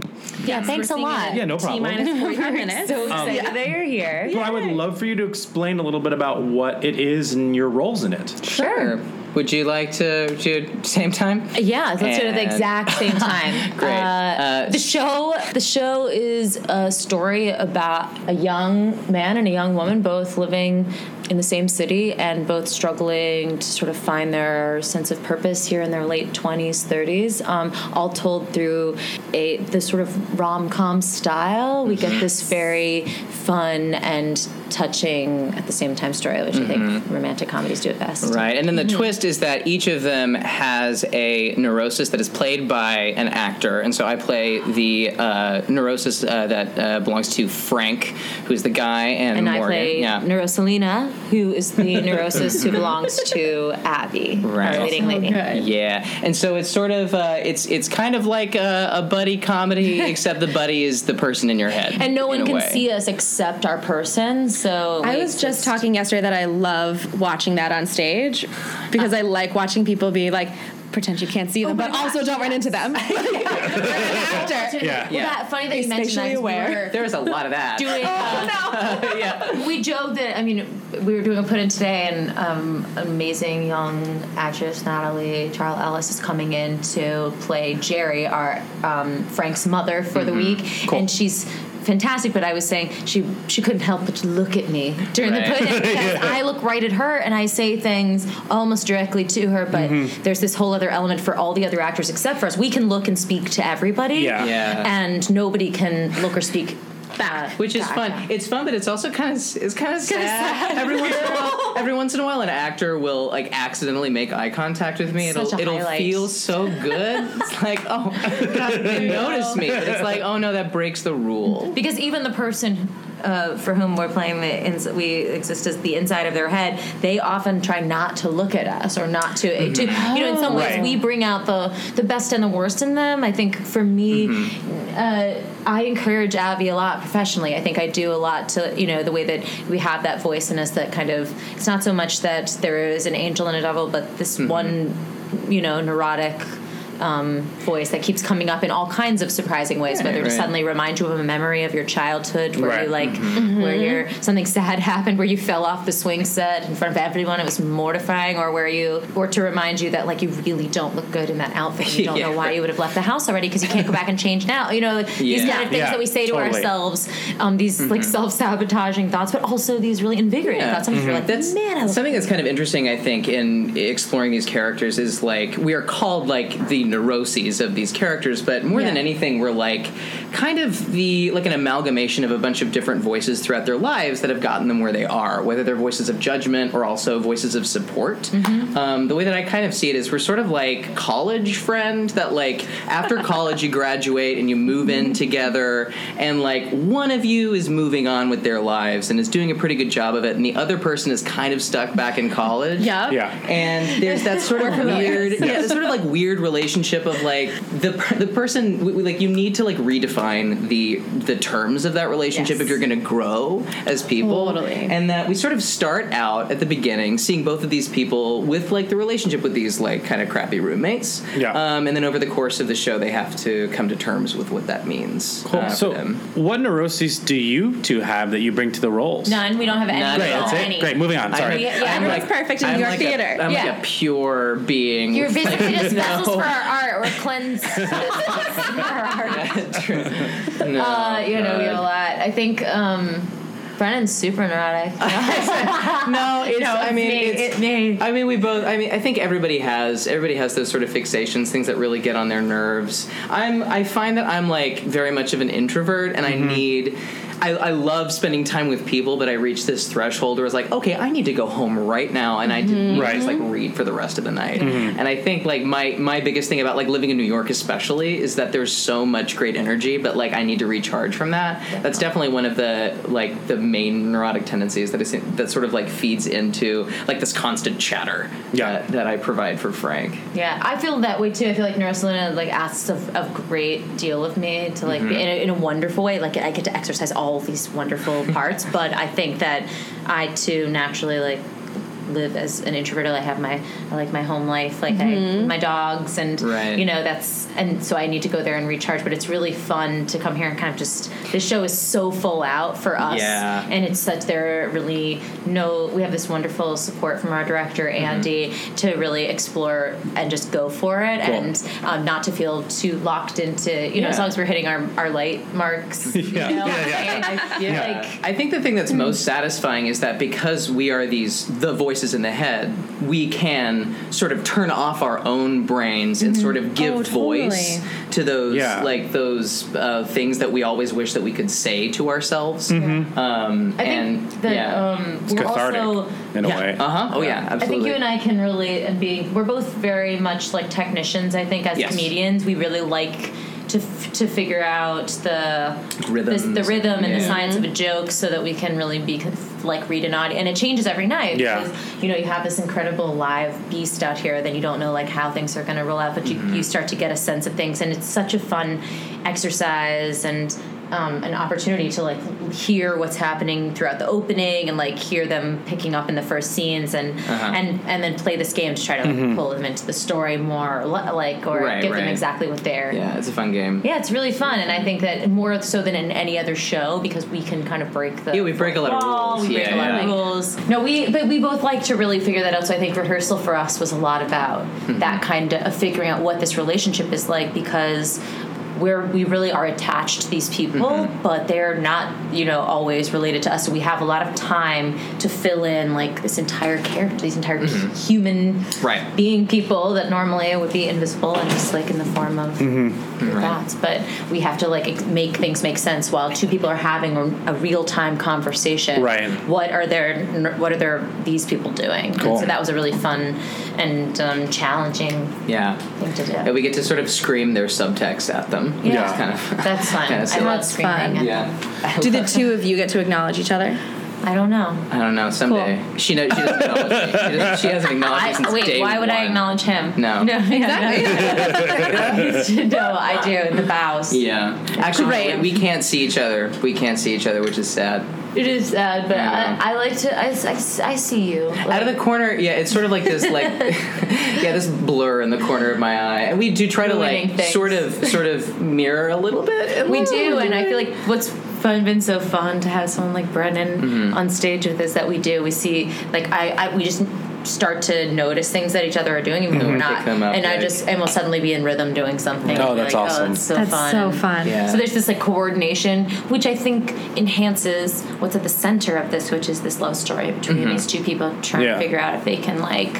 Yeah, thanks a lot. Yeah, no problem. T-minus 45 minutes. so excited Um, they're here. Well, I would love for you to explain a little bit about what it is and your roles in it. Sure. Would you like to would you- same time? Yeah, let's do it at the And- exact same time. Great. Uh, the show, the show is a story about a young man and a young woman both living in the same city and both struggling to sort of find their sense of purpose here in their late twenties, thirties. Um, all told through a this sort of rom com style. We get this very fun and touching at the same time story, which I Mm-hmm. think romantic comedies do it best. Right. And then the Mhm. twist is that each of them has a neurosis that is played by an actor. And so I play the uh, neurosis uh, that uh, belongs to Frank, who's the guy, and, and Morgan. I play yeah. Neuroselina, who is the neurosis who belongs to Abby, Right. our leading lady. Yeah, and so it's sort of uh, it's it's kind of like a, a buddy comedy, except the buddy is the person in your head, And no in one a can way. see us except our person, so I was just talking yesterday that I love watching that on stage because I like watching people be like, pretend you can't Oh see them, but also don't run into them. Yeah. Well, that- funny that you mentioned that. 'cause we were There's a lot of that. Doing, uh, We joked that I mean we were doing a put in today, and um, amazing young actress Natalie Charles Ellis is coming in to play Jerry, our um, Frank's mother, for the Mm-hmm. week, and she's fantastic. But I was saying she she couldn't help but to look at me during the Right. put in because Yeah. I look right at her and I say things almost directly to her. But Mhm. there's this whole other element for all the other actors except for us. We can look and speak to everybody, Yeah. Yeah. and nobody can look or speak. Back, which is fun. It's fun, but it's also kind of it's kind of sad. Every once in a while, every once in a while, an actor will like accidentally make eye contact with me. It'll Such a it'll highlight. feel so good. it's like oh, God, they noticed me. But it's like oh no, that breaks the rule. Because even the person uh, for whom we're playing the ins- we exist as the inside of their head, they often try not to look at us or not to, to you know. In some ways, Right. we bring out the the best and the worst in them. I think for me. Mm-hmm. Uh, I encourage Abby a lot professionally. I think I do a lot to, you know, the way that we have that voice in us that kind of, it's not so much that there is an angel and a devil, but this Mm-hmm. one, you know, neurotic um, voice that keeps coming up in all kinds of surprising ways, Right, whether to right. suddenly remind you of a memory of your childhood where Right. you like, Mhm. where your something sad happened, where you fell off the swing set in front of everyone, it was mortifying, or where you, or to remind you that like you really don't look good in that outfit, you don't Yeah, know why right. you would have left the house already because you can't go back and change now. You know, these Yeah. kind of things Yeah, that we say to totally. ourselves, um, these like Mhm. self sabotaging thoughts, but also these really invigorating Yeah. thoughts. Sometimes you're like, that's man, I something that's kind of interesting. I think in exploring these characters is like we are called like the neuroses of these characters, but more than Yeah. anything, we're like kind of the like an amalgamation of a bunch of different voices throughout their lives that have gotten them where they are, whether they're voices of judgment or also voices of support. Mm-hmm. Um, the way that I kind of see it is we're sort of like college friend that like after college you graduate and you move in together and like one of you is moving on with their lives and is doing a pretty good job of it and the other person is kind of stuck back in college. Yeah. And there's that sort of We're familiar. weird yeah, there's sort of like weird relationship of like the per- the person w- w- like you need to like redefine the the terms of that relationship if you're going to grow as people. Totally. And that we sort of start out at the beginning seeing both of these people with like the relationship with these like kind of crappy roommates. Yeah. Um, and then over the course of the show, they have to come to terms with what that means. Cool. uh, for so, them. what neuroses do you two have that you bring to the Mm-hmm. roles? None. We don't have any. Great, at all. that's it. Any. Great, moving on. I- Sorry. we- yeah, everyone's perfect in I'm New York like theater. A, I'm Yeah. like a pure being. You're Like, visiting as vessels no. for our art or cleanse vessels for our art. No, uh, you know, we have a God. lot. I think um, Brennan's super neurotic. no, it's, I mean, me. it's, It- me. I mean, we both. I mean, I think everybody has. Everybody has those sort of fixations, things that really get on their nerves. I'm. I find that I'm like very much of an introvert, and I need. I, I love spending time with people, but I reach this threshold where it's like, okay, I need to go home right now, and I didn't Right. just like read for the rest of the night. Mhm. And I think like my my biggest thing about like living in New York, especially, is that there's so much great energy, but like I need to recharge from that. That's definitely one of the like the main neurotic tendencies that is that sort of like feeds into like this constant chatter that, that I provide for Frank. Yeah, I feel that way too. I feel like Neurosalina like asks a, a great deal of me to like Mm-hmm. be Mhm. in, a, in a wonderful way. Like I get to exercise all these wonderful parts, but I think that I too naturally like live as an introvert. I like, have my I like my home life, like I, Mhm. my dogs, and Right. you know that's and so I need to go there and recharge. But it's really fun to come here and kind of just this show is so full out for us, Yeah. and it's such there are really no we have this wonderful support from our director Mm-hmm. Andy to really explore and just go for it Cool. and um, not to feel too locked into you know as Yeah. long as we're hitting our, our light marks you Yeah. know, Yeah, like- like hmm. I think the thing that's most satisfying is that because we are these the voices in the head, we can sort of turn off our own brains and sort Mm-hmm. of give Oh, voice to those like those uh, things that we always wish that we could say to ourselves. Mm-hmm. Um, I and think that yeah. um, we're also in a Yeah. way. Uh-huh. Oh, yeah, Um, I think absolutely. you and I can relate and be we're both very much like technicians. I think as Yes. comedians, we really like to f- to figure out the Rhythms. the, the rhythm and the Yeah. science of a joke so that we can really be like read an audience and it changes every night Yeah. because you know you have this incredible live beast out here then you don't know like how things are going to roll out but you, Mm-hmm. you start to get a sense of things and it's such a fun exercise and um, an opportunity to like hear what's happening throughout the opening and like hear them picking up in the first scenes and Uh-huh. and and then play this game to try to like, Mhm. pull them into the story more or le- like or Right, give them right. exactly what they're yeah, it's a fun game. yeah, it's really fun, and I think that more so than in any other show because we can kind of break the Yeah, we break a lot of wall, rules. We break Yeah, a lot yeah. of rules. No, we but we both like to really figure that out. So I think rehearsal for us was a lot about Mm-hmm. that kind of figuring out what this relationship is like because where we really are attached to these people, Mm-hmm. but they're not, you know, always related to us. So we have a lot of time to fill in like this entire character, these entire Mhm. human Right. being people that normally would be invisible and just like in the form of Mm-hmm. your thoughts, but we have to like ex- make things make sense while two people are having a, a real time conversation. Right. What are their What are their these people doing? Cool. So that was a really fun and um, challenging Yeah. thing to do. And we get to sort of scream their subtext at them. which is Yeah. kind of That's fun. Kinda I silly. love screaming. I Yeah. love- Do the two of you get to acknowledge each other? I don't know. I don't know. Someday she knows. She doesn't acknowledge me. She, doesn't, she hasn't acknowledged me I, since wait, day why would I one. acknowledge him? No. No, Exactly. yeah, no. no, I do in the bows. Yeah. Actually, Right. we, we can't see each other. We can't see each other, which is sad. It is sad, but Yeah. I, I like to. I, I, I see you. Out of the corner, yeah, it's sort of like this, like, yeah, this blur in the corner of my eye, and we do try to Ruining like things. sort of, sort of mirror a little bit. We do, and I feel like what's fun been so fun to have someone like Brennan Mhm. on stage with us that we do. We see like I, I we just start to notice things that each other are doing even though Mhm. we're Pick not them up, and I like- just and we'll suddenly be in rhythm doing something Oh, and be that's like, awesome. oh it's so That's fun so fun. Yeah. so there's this like coordination which I think enhances what's at the center of this which is this love story between Mm-hmm. Mhm. these two people trying Yeah. to figure out if they can like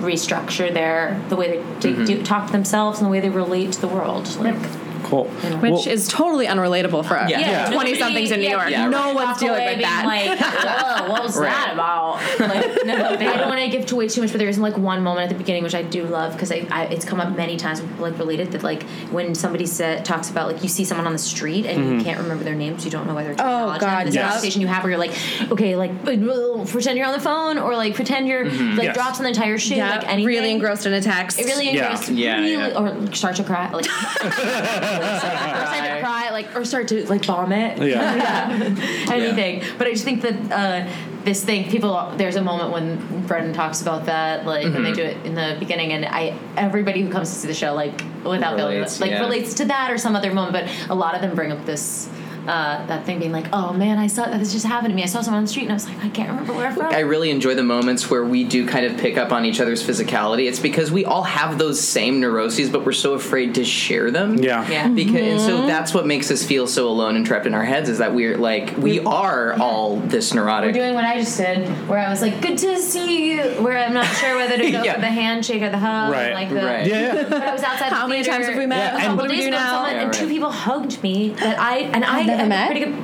restructure their the way they do, Mhm. do, talk to themselves and the way they relate to the world like Cool. Which is totally unrelatable for Yeah. Yeah. twenty somethings in New York. no one's dealing with that. Like, whoa, what was Right. that about? Like, no, but I don't want to give away too much, but there is like one moment at the beginning which I do love because I, I it's come up many times when people like related that like when somebody said, talks about like you see someone on the street and you Mhm. can't remember their names, you don't know whether it's Oh God, this yes. conversation you have where you're like, okay, like pretend you're on the phone or like pretend you're Mhm. like Yes. drops an entire shoe, Yeah, like anything. really engrossed in a text. It really Yeah. engrossed. Yeah, really, yeah. Or start to cry, like start to cry, like or start to like vomit. Yeah. Yeah. Anything. But I just think that uh, this thing, people. There's a moment when Brendan talks about that, like when they Mhm. do it in the beginning, and I everybody who comes to see the show, like without Relates, relates, like yeah. relates to that or some other moment. But a lot of them bring up this. Uh, that thing being like, oh man, I saw this just happened to me. I saw someone on the street and I was like, I can't remember where I'm from. I really enjoy the moments where we do kind of pick up on each other's physicality. It's because we all have those same neuroses, but we're so afraid to share them. Yeah. Yeah. Because and so Mhm. that's what makes us feel so alone and trapped in our heads is that we're like we are all this We're neurotic. doing what I just did, where I was like, "Good to see you," where I'm not sure whether to go Yeah. for the handshake or the hug, Right, and like the right. Yeah, yeah. But I was outside. How the many theater times have we met? a Yeah, and- couple What do we days do ago, now? someone- Yeah, and two right. people hugged me that I and I I've never I'm met? pretty good-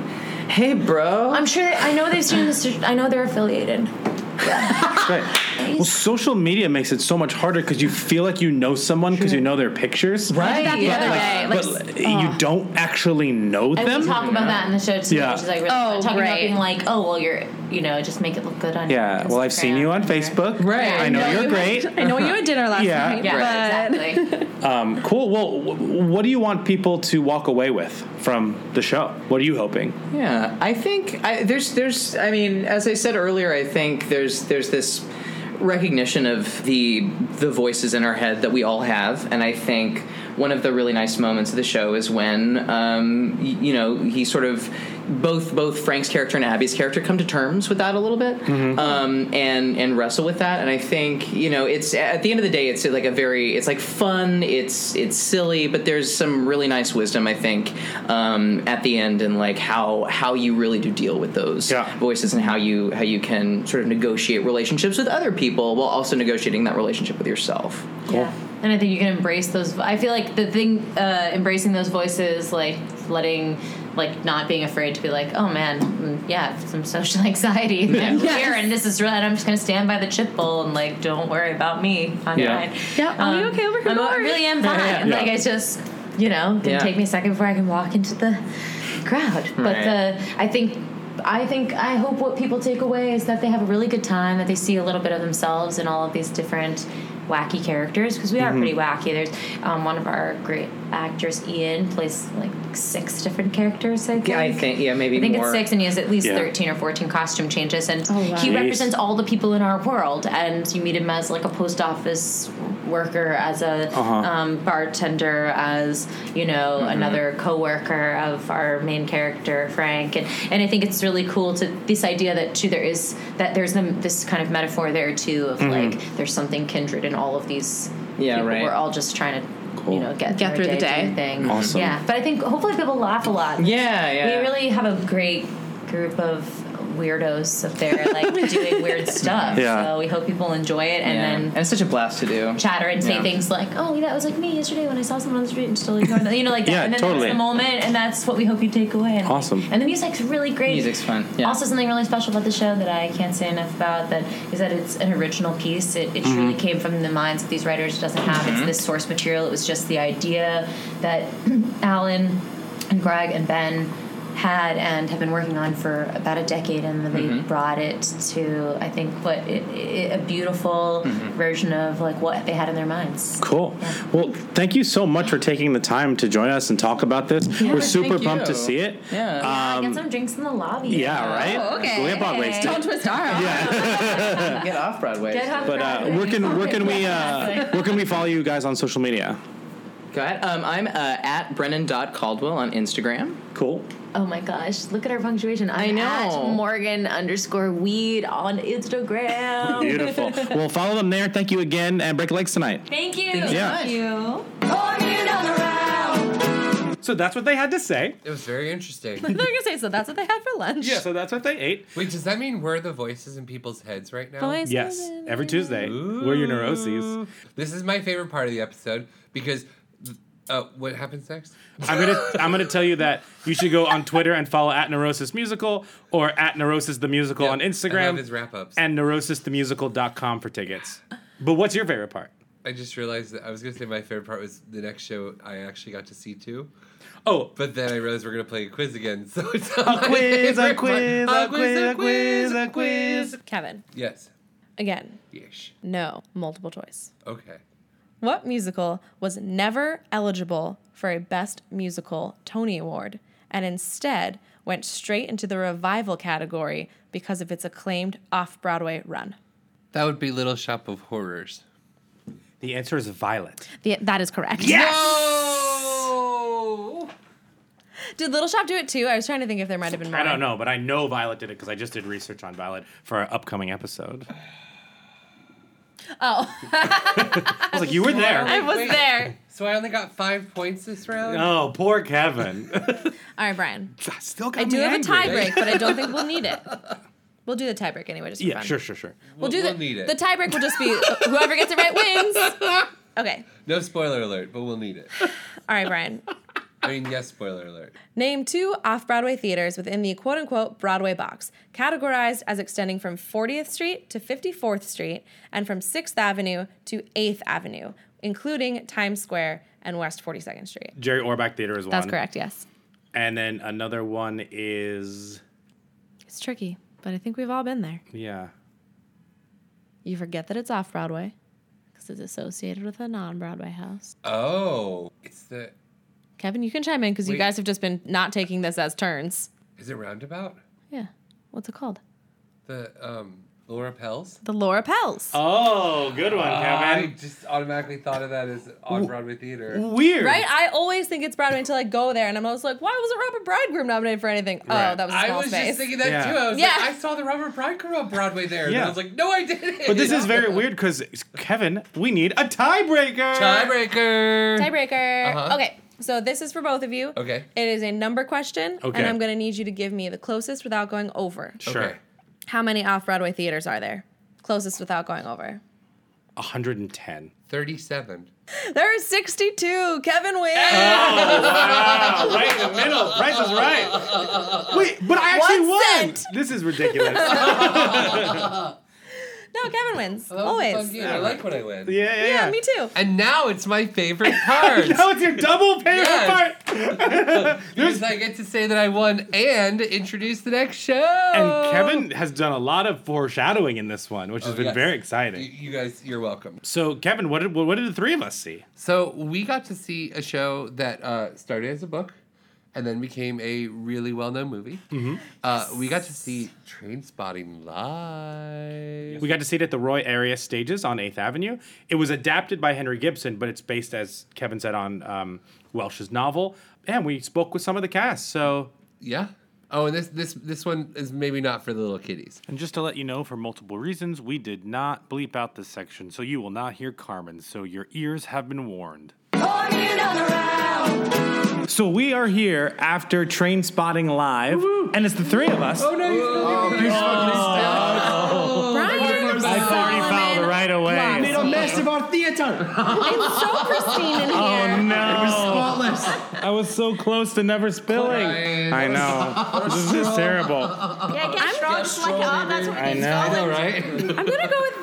Hey, bro. I'm sure. I know they've seen this. I know they're affiliated. Right. Well, social media makes it so much harder because you feel like you know someone because you know their pictures. Right. I did that the other But, day, like, like, but you don't actually know And them. we talk about that in the show too, Yeah. which is Oh, like really fun. talking about being like, "Oh, well, you're you know, just make it look good on." Yeah. Well, I've seen you on Facebook. Right. I know you're great. yeah. Yeah, exactly. Um, cool. Well, w- what do you want people to walk away with from the show? What are you hoping? Yeah, I think I, there's there's I mean, as I said earlier, I think there's there's this recognition of the the voices in our head that we all have, and I think one of the really nice moments of the show is when um, y- you know he sort of both both Frank's character and Abby's character come to terms with that a little bit Mhm. um, and and wrestle with that. And I think you know it's at the end of the day, it's like a very it's like fun, it's it's silly, but there's some really nice wisdom I think um, at the end and like how how you really do deal with those voices and how you how you can sort of negotiate relationships with other people while also negotiating that relationship with yourself. Cool. And I think you can embrace those. I feel like the thing, uh, embracing those voices, like letting, like not being afraid to be like, oh man, mm, yeah, I have some social anxiety. and I'm Yes. here, and this is real, and I'm just gonna stand by the chip bowl and like, don't worry about me. I'm Yeah. fine. Um, Yeah, I'll be okay over here, I'm, don't I worry. really am Yeah, fine. yeah, yeah. Like it's just, you know, gonna Yeah. take me a second before I can walk into the crowd. But Right. the, I think. I think I hope what people take away is that they have a really good time, that they see a little bit of themselves in all of these different wacky characters because we are Mhm. Mm-hmm. pretty wacky. There's um, one of our great actors, Ian, plays like six different characters. I think. I think yeah maybe I think more. it's six, and he has at least Yeah. thirteen or fourteen costume changes, and he Jeez. represents all the people in our world. And you meet him as like a post office worker, as a Uh-huh. um, bartender, as you know Mm-hmm. Mhm. another coworker of our main character Frank. And and I think it's really cool to this idea that too there is that there's the, this kind of metaphor there too of Mhm. like there's something kindred in all of these. Yeah, people. right. We're all just trying to. You know, get, Get through, through the day. day, thing. Awesome. Yeah, but I think hopefully people laugh a lot. Yeah, yeah. We really have a great group of weirdos up there, like doing weird stuff. Yeah. So we hope people enjoy it and Yeah. then and it's such a blast to do chatter and say Yeah. things like, "Oh, yeah, it was like me yesterday when I saw someone on the street and still ignored them," you know, like that. Yeah, and then totally. that's the moment, and that's what we hope you take away. And Awesome. And the music's really great. Music's fun. Yeah. Also, something really special about the show that I can't say enough about that is that it's an original piece. It, it Mhm. truly Mm-hmm. came from the minds of these writers. It doesn't have Mhm. it's this source material. It was just the idea that Alan and Greg and Ben had and have been working on for about a decade, and then they Mm-hmm. Mhm. brought it to I think what it, it, a beautiful Mhm. version of like what they had in their minds. Cool. Well, thank you so much for taking the time to join us and talk about this. Yeah, We're thank super you. pumped to see it. Um, Yeah. I got some drinks in the lobby. yeah, right? Oh, We have Broadway still. Don't twist our arm. Get off Broadway. Get off But uh, where can where can we uh, where can we follow you guys on social media? Go ahead. Um, I'm uh, at Brennan.Caldwell on Instagram. Cool. Oh my gosh! Look at our punctuation. I'm I know. At Morgan underscore Weed on Instagram. Beautiful. well, follow them there. Thank you again, and break legs tonight. Thank you. Thank you so Yeah. much. you. So that's what they had to say. It was very interesting. They're gonna say so. That's what they had for lunch. Yeah, so that's what they ate. Wait, does that mean we're the voices in people's heads right now? Voices Yes, every Tuesday. We're your neuroses. This is my favorite part of the episode because Uh, what happens next? I'm gonna I'm gonna tell you that you should go on Twitter and follow at Neurosis Musical or at Neurosis the Musical on Instagram. love his wrap-ups. And neurosisthemusical.com for tickets. But what's your favorite part? I just realized that I was gonna say my favorite part was the next show I actually got to see too. Oh, but then I realized we're gonna play a quiz again, so it's A not my quiz, a favorite part. quiz, a quiz, a quiz, a quiz. Kevin, Yes. again. Yes. No, multiple choice. Okay. What musical was never eligible for a Best Musical Tony Award and instead went straight into the revival category because of its acclaimed off Broadway run? That would be Little Shop of Horrors. The answer is Violet. The, that is correct. Yes! Did Little Shop do it too? I was trying to think if there might have been more. I don't know, but I know Violet did it because I just did research on Violet for our upcoming episode. Oh. I was like, you were there. I was there. So I only got five points this round. Oh, poor Kevin. All right, Brian. Still I do have a tiebreak, but I don't think we'll need it. We'll do the tiebreak anyway, just for Yeah, fun. sure, sure, sure. We'll, do the, we'll need it. The tiebreak will just be whoever gets it right wins. Okay. No spoiler alert, but we'll need it. All right, Brian. I mean, yes, spoiler alert. Name two off Broadway theaters within the quote unquote Broadway box, categorized as extending from 40th Street to 54th Street and from 6th Avenue to 8th Avenue, including Times Square and West 42nd Street. Jerry Orbach Theater is one. That's correct, yes. And then another one is It's tricky, but I think we've all been there. yeah. You forget that it's off Broadway because it's associated with a non Broadway house. Oh, it's the Kevin, you can chime in because you Wait. guys have just been not taking this as turns. is it roundabout? Yeah. What's it called? The um Laura Pels. The Laura Pels. Oh, good one, I just automatically thought of that as on Broadway theater. Right? I always think it's Broadway until I go there and I'm always like, why wasn't Robert Bridegroom nominated for anything? Oh, that was a I small was space. just thinking that too. I was yeah. like, I saw the Robert Bridegroom on Broadway there. And Yeah. I was like, no, I didn't. But this is very weird because Kevin, we need a tiebreaker. Tiebreaker. Tiebreaker. Uh-huh. Okay. So this is for both of you. Okay. It is a number question. Okay. And I'm going to need you to give me the closest without going over. Sure. How many off Broadway theaters are there? Closest without going over. 110. 37. There are 62. Kevin wins. wow. Right in the middle. Price is right. Wait, but I actually One won. This is ridiculous. No, Kevin wins. That was a fun Always. game. I like when I win. Yeah, yeah, Yeah, me too. And now it's my favorite part. now it's your double favorite part. because I get to say that I won and introduce the next show. And Kevin has done a lot of foreshadowing in this one, which has Oh, been yes. very exciting. You guys, you're welcome. So, Kevin, what did what did the three of us see? So we got to see a show that uh, started as a book and then became a really well-known movie. Mm-hmm. Uh, we got to see Train Spotting live. We got to see it at the Roy Area Stages on Eighth Avenue. It was adapted by Henry Gibson, but it's based, as Kevin said, on um, Welsh's novel. And we spoke with some of the cast. So, yeah. Oh, and this this this one is maybe not for the little kiddies. And just to let you know, for multiple reasons, we did not bleep out this section, so you will not hear Carmen. So your ears have been warned. So we are here after Train Spotting Live, and it's the three of us. Oh, no, he's oh, fucking Oh. Brian, I already fouled it right away. Made a mess of our theater. It's so pristine in Oh, here. no. It was spotless. I was so close to never spilling. I know. this is terrible. Yeah, get strong, Get just like, strong, oh, that's what I know. I know, right? I'm gonna go with.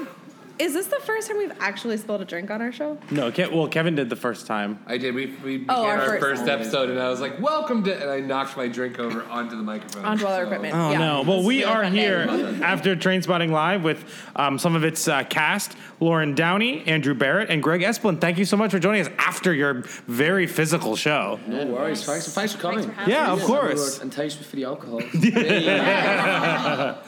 Is this the first time we've actually spilled a drink on our show? No, Ke- well, Kevin did the first time. I did. We, we began Oh, our our, first first, episode. episode, and I was like, "Welcome to," and I knocked my drink over onto the microphone. Onto all our So- equipment. Oh no! Well, we are here after Train Spotting Live with um, some of its uh, cast: Lauren Downey, Andrew Barrett, and Greg Esplin. Thank you so much for joining us after your very physical show. No worries. Thanks, thanks for coming. having Yeah, us. of course. And thanks for the alcohol.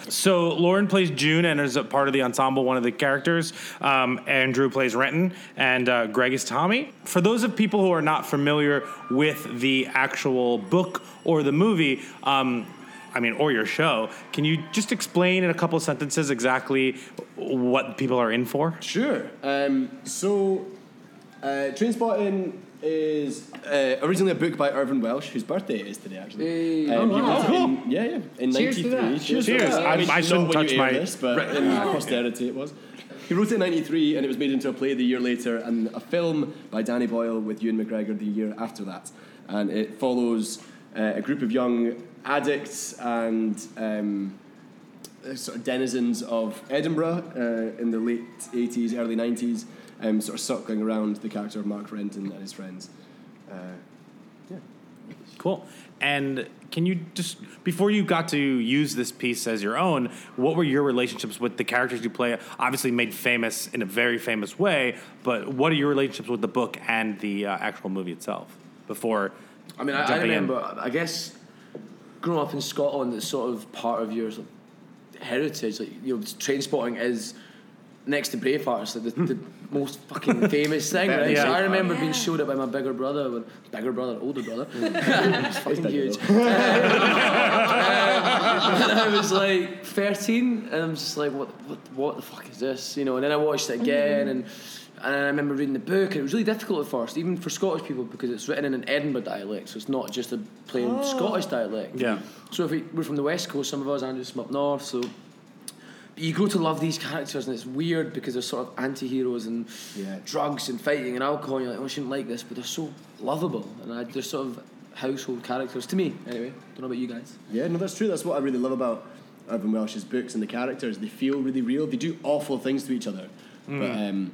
so Lauren plays June and is a part of the ensemble, one of the characters. Um, Andrew plays Renton, and uh, Greg is Tommy. For those of people who are not familiar with the actual book or the movie, um, I mean, or your show, can you just explain in a couple sentences exactly what people are in for? Sure. Um, so, uh, Trainspotting is uh, originally a book by Irvin Welsh, whose birthday it is today, actually. Oh, he wow. was Oh, cool. in- yeah, yeah. In Cheers to 93. that. Cheers to that. I- I mean, shouldn't not when you touch air my- This, but Right. in posterity, it was. He wrote it in 93 and it was made into a play the year later and a film by Danny Boyle with Ewan McGregor the year after that. And it follows uh, a group of young addicts and um, uh, sort of denizens of Edinburgh uh, in the late 80s, early 90s, um, sort of circling around the character of Mark Renton and his friends. Uh, Cool. And can you just before you got to use this piece as your own, what were your relationships with the characters you play? Obviously, made famous in a very famous way, but what are your relationships with the book and the uh, actual movie itself? Before, I mean, I, I jumping in? remember. uh, I guess growing up in Scotland, it's sort of part of your sort of heritage. Like you know, train spotting is next to Braveheart. It's like the, the most fucking famous thing. Very Right? So I Braveheart. remember being Yeah. showed it by my bigger brother, when, bigger brother, older brother. It's fucking huge. Um, and I was like 13, and I'm just like, what, what, what the fuck is this? You know. And then I watched it again, and and I remember reading the book, and it was really difficult at first, even for Scottish people, because it's written in an Edinburgh dialect, so it's not just a plain Oh. Scottish dialect. Yeah. So if we, we're from the west coast, some of us, Andrew's from up north, so. You grow to love these characters, and it's weird because they're sort of anti-heroes and drugs and fighting and alcohol. And you're like, oh, I shouldn't like this, but they're so lovable, and I, they're sort of household characters to me. Anyway, don't know about you guys. Yeah, no, that's true. That's what I really love about Urban Welsh's books and the characters. They feel really real. They do awful things to each other, but Mm. um,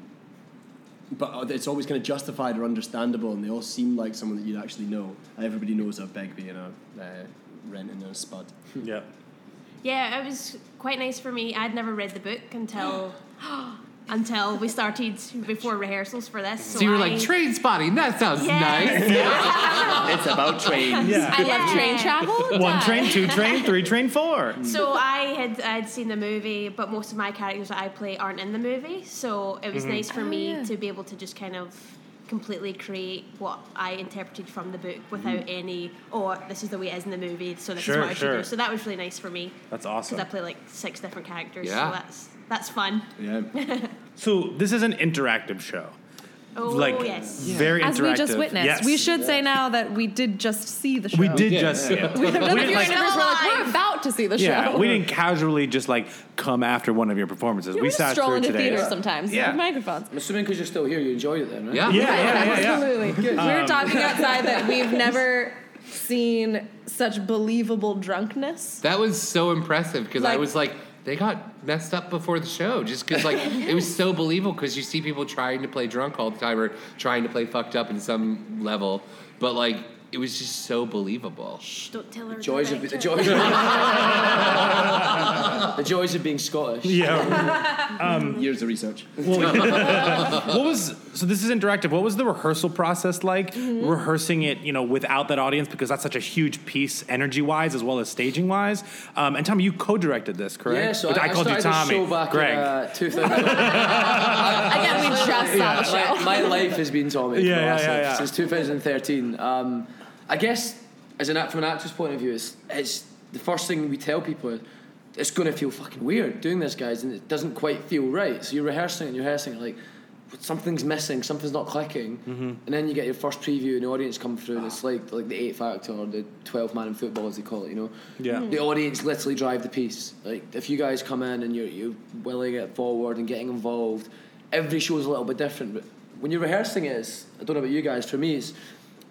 but uh, it's always kind of justified or understandable, and they all seem like someone that you'd actually know. Everybody knows a Begbie and a uh, Rent and a Spud. Yeah. Yeah, it was quite nice for me. I'd never read the book until until we started before rehearsals for this. So you were I- like, train spotting, that sounds Yes. nice." It's about trains. Yeah. I love train travel. One train, two train, three train, four. So I had I'd seen the movie, but most of my characters that I play aren't in the movie. So it was Mhm. nice for Oh, me yeah. to be able to just kind of completely create what I interpreted from the book without Mhm. any, oh, this is the way it is in the movie, so this Sure, is what I should sure. do. So that was really nice for me. That's Because awesome. I play like six different characters, Yeah. so that's that's fun. Yeah. So this is an interactive show. oh like yes. very As interactive. we just witnessed, Yes. we should say now that we did just see the show. Oh, We did just see it. We have done We a didn't, few like- interviews. We're like, we're about to see the yeah, show. we didn't casually just like come after one of your performances. we sat stroll through into today. theaters sometimes Yeah. with microphones. I'm assuming because you're still here, you enjoyed it then, right? Yeah. Yeah, yeah, yeah, yeah. Absolutely. Good. we were Um, talking outside that we've never seen such believable drunkenness. That was so impressive because Like- I was like, they got messed up before the show just because like it was so believable because you see people trying to play drunk all the time or trying to play fucked up in some level, but like it was just so believable. Don't tell her. Joys of the joys the joys of being Scottish. Yeah. Um, Years of research. Well, what was so? This is interactive. What was the rehearsal process like? Mm-hmm. Mhm. Rehearsing it, you know, without that audience because that's such a huge piece, energy-wise as well as staging-wise. Um, and Tommy, you co-directed this, correct? Yeah, so But I, called you started the Tommy. show back Greg. in uh, 2000. Again, we just saw the show. My, my life has been Tommy for Yeah, the yeah, last, yeah, like, yeah. since 2013. Um, I guess as an act from an actor's point of view, it's, it's the first thing we tell people is it's going to feel fucking weird doing this, guys, and it doesn't quite feel right. So you're rehearsing and you're rehearsing like something's missing, something's not clicking. Mm-hmm. And then you get your first preview, and the audience come through, and it's like like the eight factor or the twelve man in football, as they call it. You know, Yeah. Mm-hmm. The audience literally drive the piece. Like if you guys come in and you're you're willing it forward and getting involved, every show's a little bit different. But when you're rehearsing it, it's, I don't know about you guys. For me, it's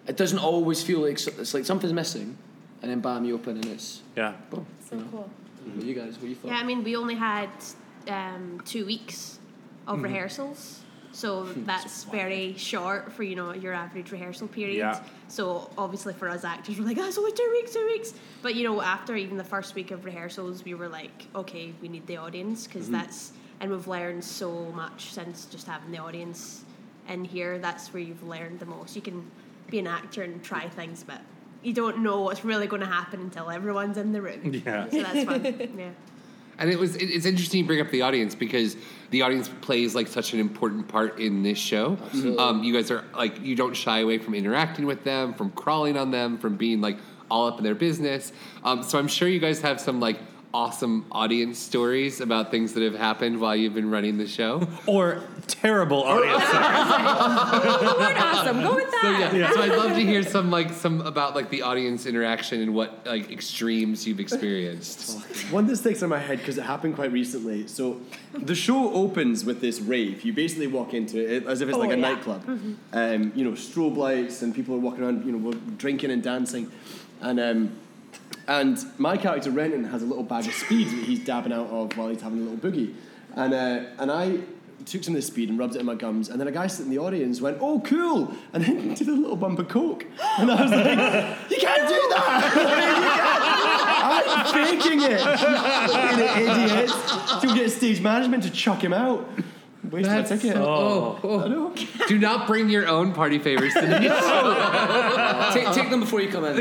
it doesn't always feel like so- it's like something's missing, and then bam, you open and it's yeah. Boom. So cool. But You guys, what you Mm-hmm. thought? Yeah, I mean, we only had um, two weeks of Mm-hmm. Mhm. rehearsals, so that's very short for you know your average rehearsal period. Yeah. So obviously for us actors, we're like, "Oh, it's only two weeks, two weeks." But you know, after even the first week of rehearsals, we were like, "Okay, we need the audience because Mhm. that's," and we've learned so much since just having the audience in here. That's where you've learned the most. You can be an actor and try things, but you don't know what's really going to happen until everyone's in the room. Yeah. So that's fun. yeah. And it was it- it's interesting you bring up the audience because the audience plays like such an important part in this show. Absolutely. Um, you guys are like you don't shy away from interacting with them, from crawling on them, from being like all up in their business. Um, so I'm sure you guys have some like awesome audience stories about things that have happened while you've been running the show. or terrible audience. awesome. Go with So yeah. that. Yeah. So I'd love to hear some like some about like the audience interaction and what like extremes you've experienced. One that sticks in my head because it happened quite recently. So, the show opens with this rave. You basically walk into it as if it's like a nightclub. Um, you know, strobe lights and people are walking around. You know, drinking and dancing, and um, and my character Renton has a little bag of speed that he's dabbing out of while he's having a little boogie, and uh, and I took some of the speed and rubbed it in my gums, and then a guy sitting in the audience went, "Oh, cool," and then did a little bump of coke, and I was like, "You can't do that! you can't. I'm faking it, you little idiot!" You'll get stage management to chuck him out. Waste my ticket. oh, I know. Do not bring your own party favors to the show. take, take them before you come in.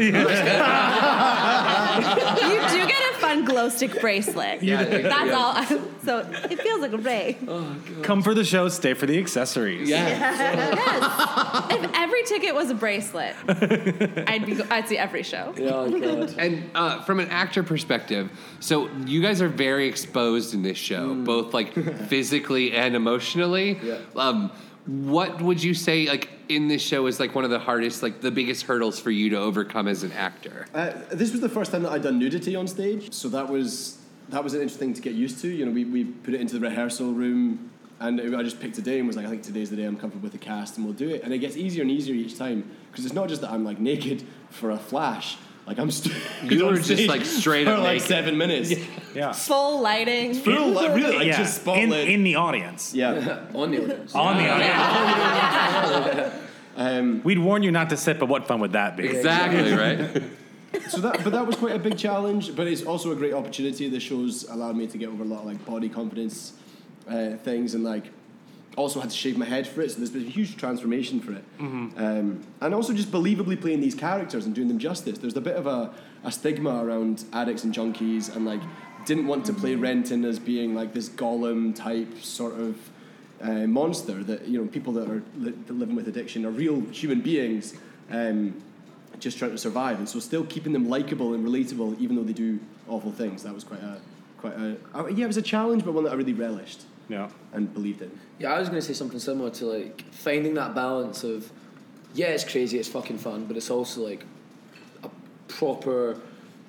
you do get a fun glow stick bracelet. Yeah, That's yeah. all. so it feels like a ray. Oh, Come for the show, stay for the accessories. yes. If every ticket was a bracelet, I'd be. I'd see every show. And uh, from an actor perspective, so you guys are very exposed in this show, both like physically and emotionally. Um, what would you say like in this show is like one of the hardest, like the biggest hurdles for you to overcome as an actor? Uh, this was the first time that I'd done nudity on stage, so that was that was an interesting to get used to. You know, we, we put it into the rehearsal room, and I just picked a day and was like, I think today's the day I'm comfortable with the cast, and we'll do it. And it gets easier and easier each time because it's not just that I'm like naked for a flash. Like I'm st- You on were just, stage like, straight for up like naked. seven minutes. Yeah, Full lighting. full like, really like just in, spotlight in the audience. Yeah, on the audience. On the audience. audience. Um, We'd warn you not to sit, but what fun would that be? Exactly, right? so that but that was quite a big challenge but it's also a great opportunity the show's allowed me to get over a lot of like body confidence uh, things and like also had to shave my head for it so there's been a huge transformation for it um, and also just believably playing these characters and doing them justice there's a bit of a, a stigma around addicts and junkies and like didn't want to play Renton as being like this golem type sort of uh, monster that you know people that are li- living with addiction are real human beings um, just trying to survive, and so still keeping them likable and relatable, even though they do awful things. That was quite a, quite a, uh, yeah, it was a challenge, but one that I really relished Yeah. and believed in. Yeah, I was going to say something similar to like finding that balance of, yeah, it's crazy, it's fucking fun, but it's also like a proper,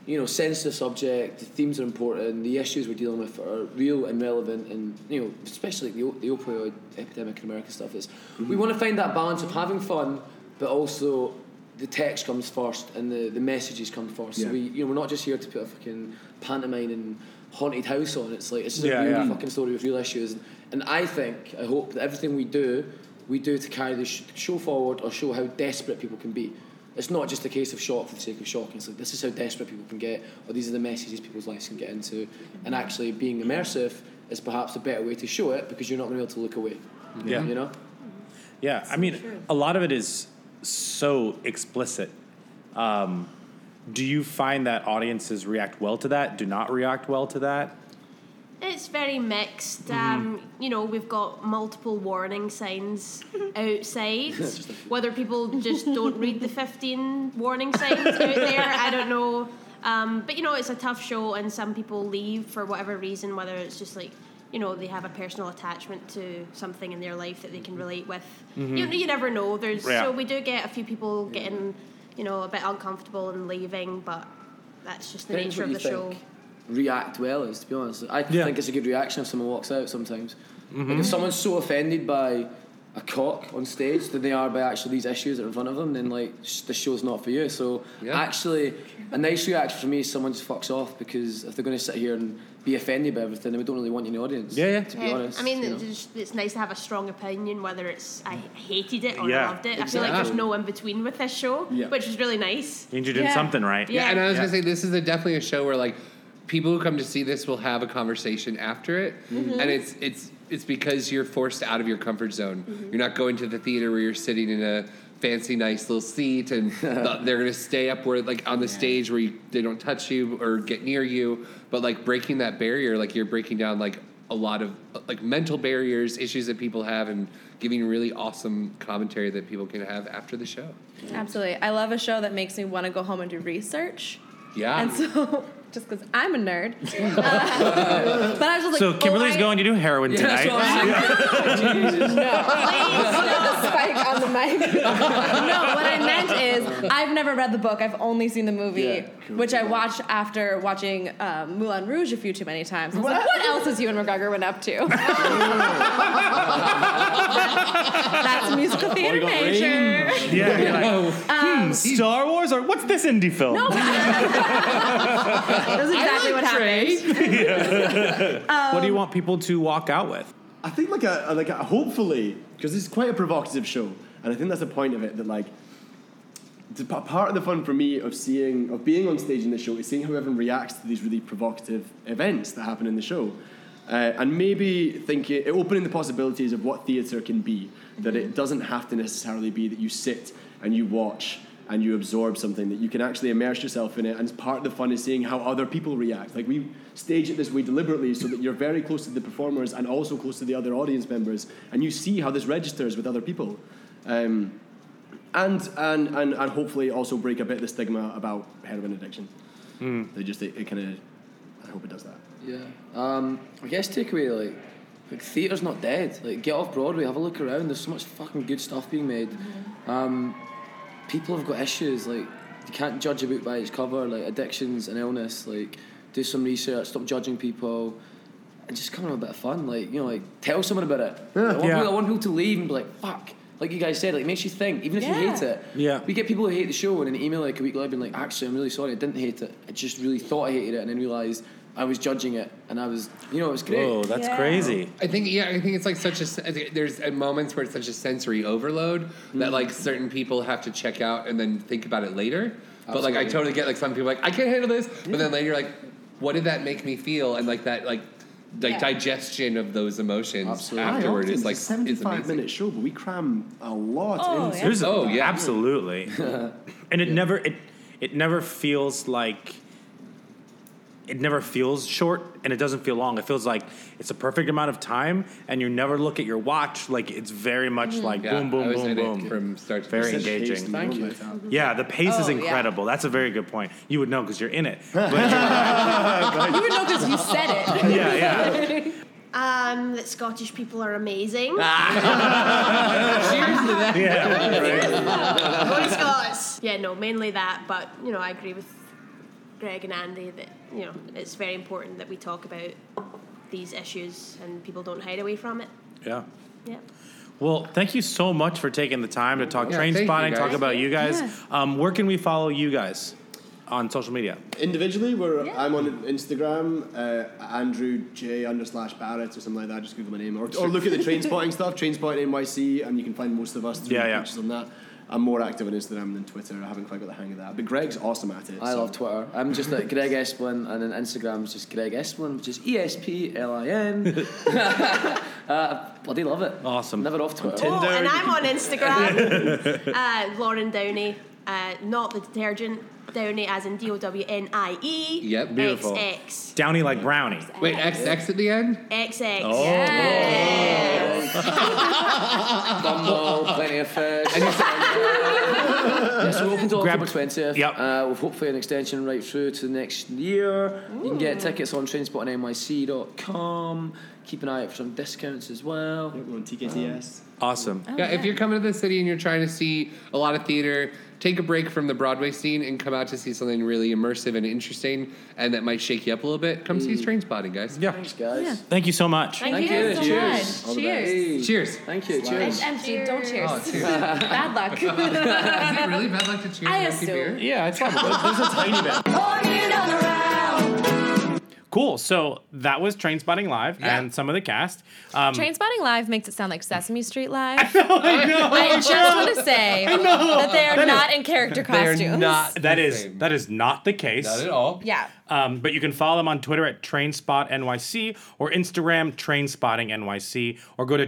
you know, sensitive subject. The themes are important. The issues we're dealing with are real and relevant, and you know, especially like the, o- the opioid epidemic in America stuff is. Mm-hmm. We want to find that balance of having fun, but also the text comes first and the, the messages come first. Yeah. So we, you know, we're not just here to put a fucking pantomime and haunted house on. It's like it's just Yeah, a real yeah. fucking story with real issues. And I think, I hope that everything we do, we do to carry the sh- show forward or show how desperate people can be. It's not just a case of shock for the sake of shocking. It's like this is how desperate people can get, or these are the messages people's lives can get into. And actually, being immersive is perhaps a better way to show it because you're not going to be able to look away. Yeah. you know. Yeah, I mean, a lot of it is so explicit. Um, do you find that audiences react well to that? Do not react well to that? It's very mixed. Mm-hmm. Um, you know, we've got multiple warning signs outside. Just a Whether people just don't read the 15 warning signs out there, I don't know. Um, but you know, it's a tough show, and some people leave for whatever reason, whether it's just like, you know, they have a personal attachment to something in their life that they can relate with. Mm-hmm. You, Mhm. you never know. There's Yeah. So we do get a few people getting, you know, a bit uncomfortable and leaving, but that's just the Depends nature what of the you show. think React well is to be honest. I think it's a good reaction if someone walks out sometimes. Like Mhm. if someone's so offended by a cock on stage than they are by actually these issues that are in front of them, then like sh- the show's not for you. So actually, a nice reaction for me is someone just fucks off because if they're going to sit here and be offended by everything, then we don't really want you in the audience. Yeah, yeah. To be Yeah, honest, I mean, you know. it's, just- it's nice to have a strong opinion, whether it's I hated it or Yeah, I loved it. I feel like there's exactly. no in between with this show, Yeah. which is really nice. Means you're doing Yeah. something right. Yeah, Yeah. and I was gonna Yeah. say this is a, definitely a show where like people who come to see this will have a conversation after it, Mm-hmm. Mhm. and it's it's it's because you're forced out of your comfort zone. Mm-hmm. Mhm. You're not going to the theater where you're sitting in a fancy, nice little seat, and the- they're gonna stay up where like on the stage where you, they don't touch you or get near you. But like breaking that barrier, like you're breaking down like a lot of like mental barriers, issues that people have, and giving really awesome commentary that people can have after the show. Ah. Absolutely. I love a show that makes me want to go home and do research. Yeah. And so just because I'm a nerd. Uh, but I was just like, so Kimberly's going to do heroin Yeah, that's tonight. what I'm no, no spike on the mic. no, what I meant is I've never read the book. I've only seen the movie, Yeah, cool. which I watched after watching um, Moulin Rouge a few too many times. I was like, what else has Ewan McGregor been up to? That's musical theater major. Yeah, you're like, hmm, Star Wars or what's this indie film? Um, No, That's exactly what happened. Um, what do you want people to walk out with? I think like a a- like a, hopefully because it's quite a provocative show, and I think that's the point of it that like the pa- part of the fun for me of seeing of being on stage in the show is seeing how everyone reacts to these really provocative events that happen in the show. Uh, and maybe thinking, opening the possibilities of what theatre can be. That it doesn't have to necessarily be that you sit and you watch and you absorb something. That you can actually immerse yourself in it. And part of the fun is seeing how other people react. Like we stage it this way deliberately so that you're very close to the performers and also close to the other audience members, and you see how this registers with other people. Um, and, and and and hopefully also break a bit the stigma about heroin addiction. They just it, it kind of I hope it does that. Yeah. Um, I guess takeaway like, like theatre's not dead. Like get off Broadway, have a look around. There's so much fucking good stuff being made. Mm-hmm. Um, people have got issues. Like you can't judge a book by its cover. Like addictions and illness. Like do some research. Stop judging people. And just come and have a bit of fun. Like you know, like tell someone about it. Yeah. Like, I, want Yeah. people, I want people to leave and be like, fuck. Like you guys said, like it makes you think. Even if you Yeah. hate it, Yeah. we get people who hate the show and an email like a week later being like, actually, I'm really sorry, I didn't hate it. I just really thought I hated it and then realised I was judging it and I was, you know, it was great. Whoa, that's Yeah. crazy. I think yeah, I think it's like such a s- I think there's uh, moments where it's such a sensory overload Mm. that like certain people have to check out and then think about it later. But like I Absolutely. totally get like some people are like I can't handle this, but then later you're like what did that make me feel and like that like like Yeah. digestion of those emotions afterward Often is it's like a is seventy-five amazing. minute show, but we cram a lot. Oh, into There's a- Oh, that. absolutely. and it never it it never feels like it never feels short and it doesn't feel long. It feels like it's a perfect amount of time and you never look at your watch like it's very much Mm-hmm. Mm. like Yeah, boom I boom was boom in it boom from start to very finish. engaging. Thank you. Yeah, the pace is Oh, yeah. incredible. That's a very good point. You would know because you're in it. But Oh, you would know because you said it. Yeah, yeah. Um, that Scottish people are amazing. Ah. Cheers to that. Yeah. Yeah. Go Scots. Yeah, no, mainly that, but you know, I agree with Greg and Andy that you know it's very important that we talk about these issues and people don't hide away from it. yeah. Yeah. Well, thank you so much for taking the time to talk Yeah, train thank you, spotting, talk guys. about you guys. Yeah. Um, where can we follow you guys on social media? Individually, where I'm on Instagram, uh, Andrew J under slash Barrett or something like that. Just Google my name, or, or look at the train spotting stuff, train spotting NYC, and you can find most of us through Yeah, the yeah. pictures on that. I'm more active on Instagram than Twitter. I haven't quite got the hang of that, but Greg's awesome at it. I so- love Twitter. I'm just like Greg Esplin, and then Instagram's just Greg Esplin, which is E S P L I N. Uh, Bloody love it. Awesome. Never off Twitter. Oh, and I'm on Instagram. uh, Lauren Downey, uh, not the detergent. Downey as in D O W N I E. Yep. Beautiful. XX. Downy like brownie. Wait, XX at the end? XX. Oh. oh. Dumbo, plenty of fish. yeah, so we opened on October 20th. Yep. Uh, with hopefully an extension right through to the next year. You can get tickets on trainspottingnyc.com. Keep an eye out for some discounts as well. we're on TKTS. Awesome. yeah, if you're coming to the city and you're trying to see a lot of theater, take a break from the Broadway scene and come out to see something really immersive and interesting and that might shake you up a little bit. Come see Train Spotting, guys. Yeah. Thanks, guys. Thank you so much. Thank Thank you you. so Cheers. much. All the best. Cheers. Cheers. Thank you. It's empty. Don't cheers. Oh, cheers. Bad luck. Is it really bad luck to cheers I empty beer? assume. Yeah, it's probably. There's a tiny bit. Cool. So that was Train Spotting Live and some of the cast. Um, Train Spotting Live makes it sound like Sesame Street Live. I, know, I just know. want to say I know. that they are That is- not in character costumes. That is that is not the case. Not at all. Yeah. Um, but you can follow them on Twitter at TrainspotNYC or Instagram TrainspottingNYC or go to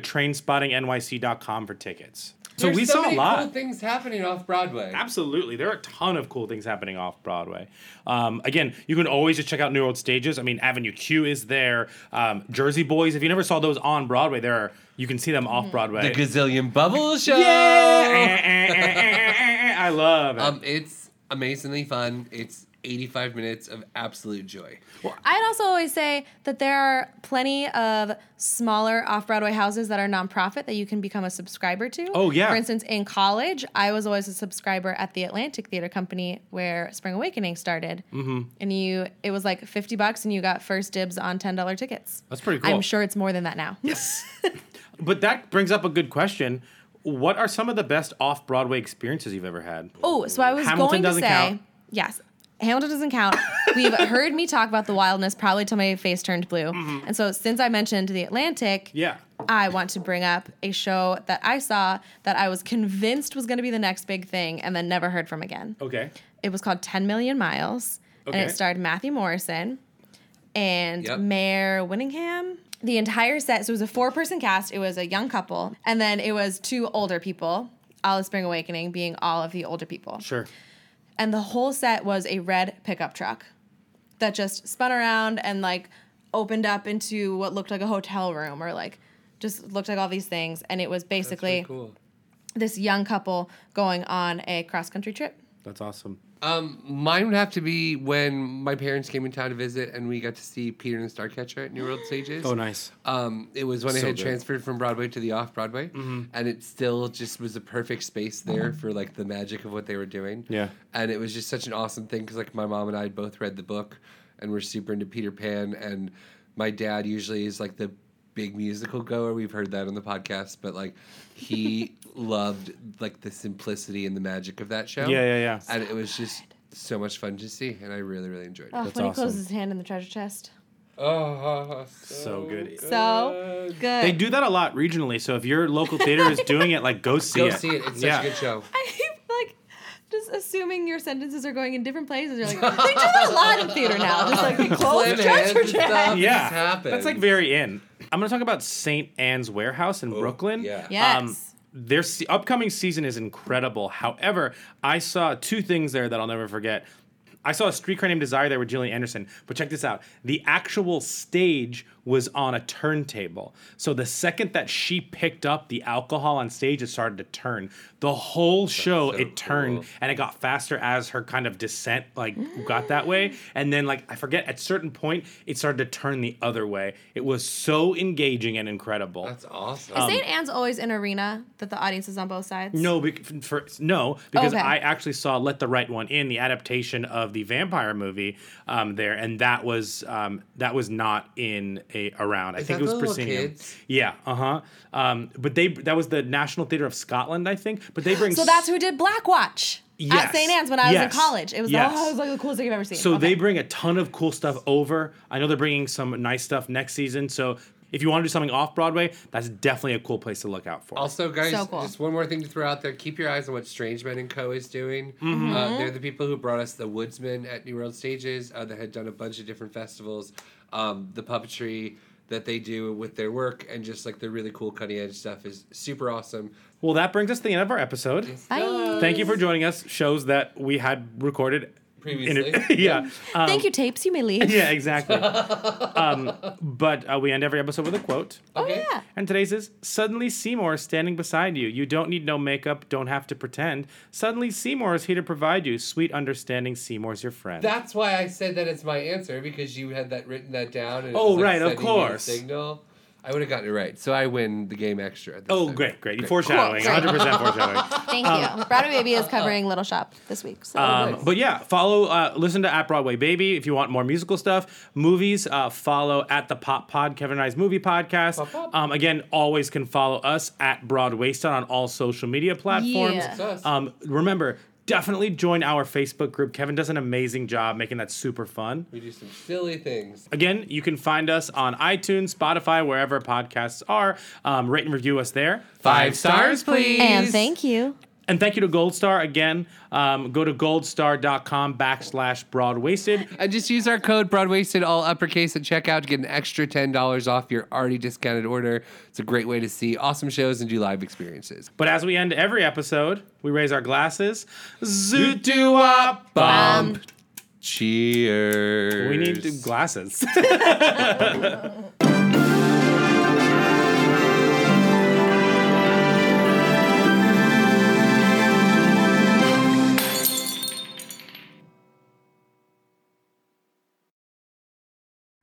TrainspottingNYC.com for tickets. So There's we so saw many a lot. cool things happening off Broadway. Absolutely. There are a ton of cool things happening off Broadway. Um, again, you can always just check out New World Stages. I mean, Avenue Q is there. Um, Jersey Boys, if you never saw those on Broadway, there are, you can see them off Broadway. The Gazillion Bubble Show. Yeah. I love it. Um, it's amazingly fun. It's 85 minutes of absolute joy. Well, I'd also always say that there are plenty of smaller off Broadway houses that are nonprofit that you can become a subscriber to. Oh, yeah. For instance, in college, I was always a subscriber at the Atlantic Theater Company where Spring Awakening started. Mm-hmm. And you, it was like 50 bucks and you got first dibs on $10 tickets. That's pretty cool. I'm sure it's more than that now. Yes. But that brings up a good question. What are some of the best off Broadway experiences you've ever had? Oh, so I was Hamilton going doesn't to say count. yes. Hamilton doesn't count. We've heard me talk about the wildness probably till my face turned blue. Mm-hmm. And so since I mentioned the Atlantic, Yeah. I want to bring up a show that I saw that I was convinced was going to be the next big thing and then never heard from again. Okay. It was called 10 Million Miles and Okay. it starred Matthew Morrison and Yep. Mayor Winningham. The entire set, so it was a four person cast, it was a young couple, and then it was two older people, Alice Spring Awakening being all of the older people. Sure. And the whole set was a red pickup truck that just spun around and like opened up into what looked like a hotel room or like just looked like all these things. And it was basically this young couple going on a cross country trip. That's awesome. Um, mine would have to be when my parents came in town to visit and we got to see Peter and the Starcatcher at New World Stages. Oh, nice. Um, it was when I So had good. transferred from Broadway to the off Broadway, Mhm. and it still just was a perfect space there for like the magic of what they were doing. Mm-hmm. Yeah. and it was just such an awesome thing because like my mom and I had both read the book, and we're super into Peter Pan, and my dad usually is like the big musical goer. We've heard that on the podcast, but like he loved like the simplicity and the magic of that show. Yeah, yeah, yeah. And it was just so much fun to see, and I really, really enjoyed it. Oh, when he closes his hand in the treasure chest. Oh, so, good. So good. They do that a lot regionally. So if your local theater is doing it, like go see Go it. see it. It's such a good show. Just assuming your sentences are going in different places. You're like, they do that a lot in theater now. Just like, they close treasure chest. Yeah, that's like very in. I'm gonna talk about St. Anne's Warehouse in Brooklyn. Yeah, Yes. Um, their se- upcoming season is incredible. However, I saw two things there that I'll never forget. I saw a streetcar named Desire there with Gillian Anderson, but check this out. The actual stage was on a turntable. So the second that she picked up the alcohol on stage, it started to turn. The whole show, it turned and it got faster as her kind of descent like got that way. And then like I forget at certain point it started to turn the other way. It was so engaging and incredible. That's awesome. Is St. Anne's always an arena that the audience is on both sides? Um, No, bec- f- for, no, because Okay. I actually saw "Let the Right One In," the adaptation of the vampire movie um, there, and that was um, that was not in a around. I Is think it that was the little Proscenium. kids? Yeah, uh huh. Um, but they that was the National Theatre of Scotland, I think. But they bring So that's who did Black Watch Yes. at St. Anne's when I was Yes. in college. It was, Yes. oh, it was like the coolest thing I've ever seen. So Okay. they bring a ton of cool stuff over. I know they're bringing some nice stuff next season. So if you want to do something off Broadway, that's definitely a cool place to look out for. Also, guys, So cool. just one more thing to throw out there. Keep your eyes on what Strange Men and Co. is doing. Mhm. Uh, they're the people who brought us the Woodsmen at New World Stages uh, that had done a bunch of different festivals. Um, the puppetry that they do with their work and just like the really cool cutting edge stuff is super awesome. Well, that brings us to the end of our episode. Thank you for joining us. Shows that we had recorded Previously. yeah. Um, Thank you, tapes. You may leave. Yeah, exactly. um, but uh, we end every episode with a quote. Oh, Okay. yeah. And today's is Suddenly Seymour is standing beside you. You don't need no makeup, don't have to pretend. Suddenly Seymour is here to provide you. Sweet understanding, Seymour's your friend. That's why I said that it's my answer because you had that written that down. And it Oh, was, like, right, of sending me a course. Signal. I would have gotten it right. So I win the game extra. This Oh, time. great, great. Foreshadowing, Cool. 100% foreshadowing. Thank Um, you. Broadway Baby is covering Little Shop this week. So. Um, But yeah, follow, uh, listen to At Broadway Baby if you want more musical stuff. Movies, uh, follow at the Pop Pod, Kevin and I's movie podcast. Um, again, always can follow us at Broadwayston on all social media platforms. Yeah. It's us. Um, remember, definitely join our Facebook group. Kevin does an amazing job making that super fun. We do some silly things. Again, you can find us on iTunes, Spotify, wherever podcasts are. Um, rate and review us there. Five stars, And thank you. And thank you to Gold Star again. Um, go to goldstar.com backslash broadwasted. And just use our code BroadWasted, all uppercase at checkout to get an extra $10 off your already discounted order. It's a great way to see awesome shows and do live experiences. But as we end every episode, we raise our glasses. Zoot doo Bump. Cheers. We need glasses.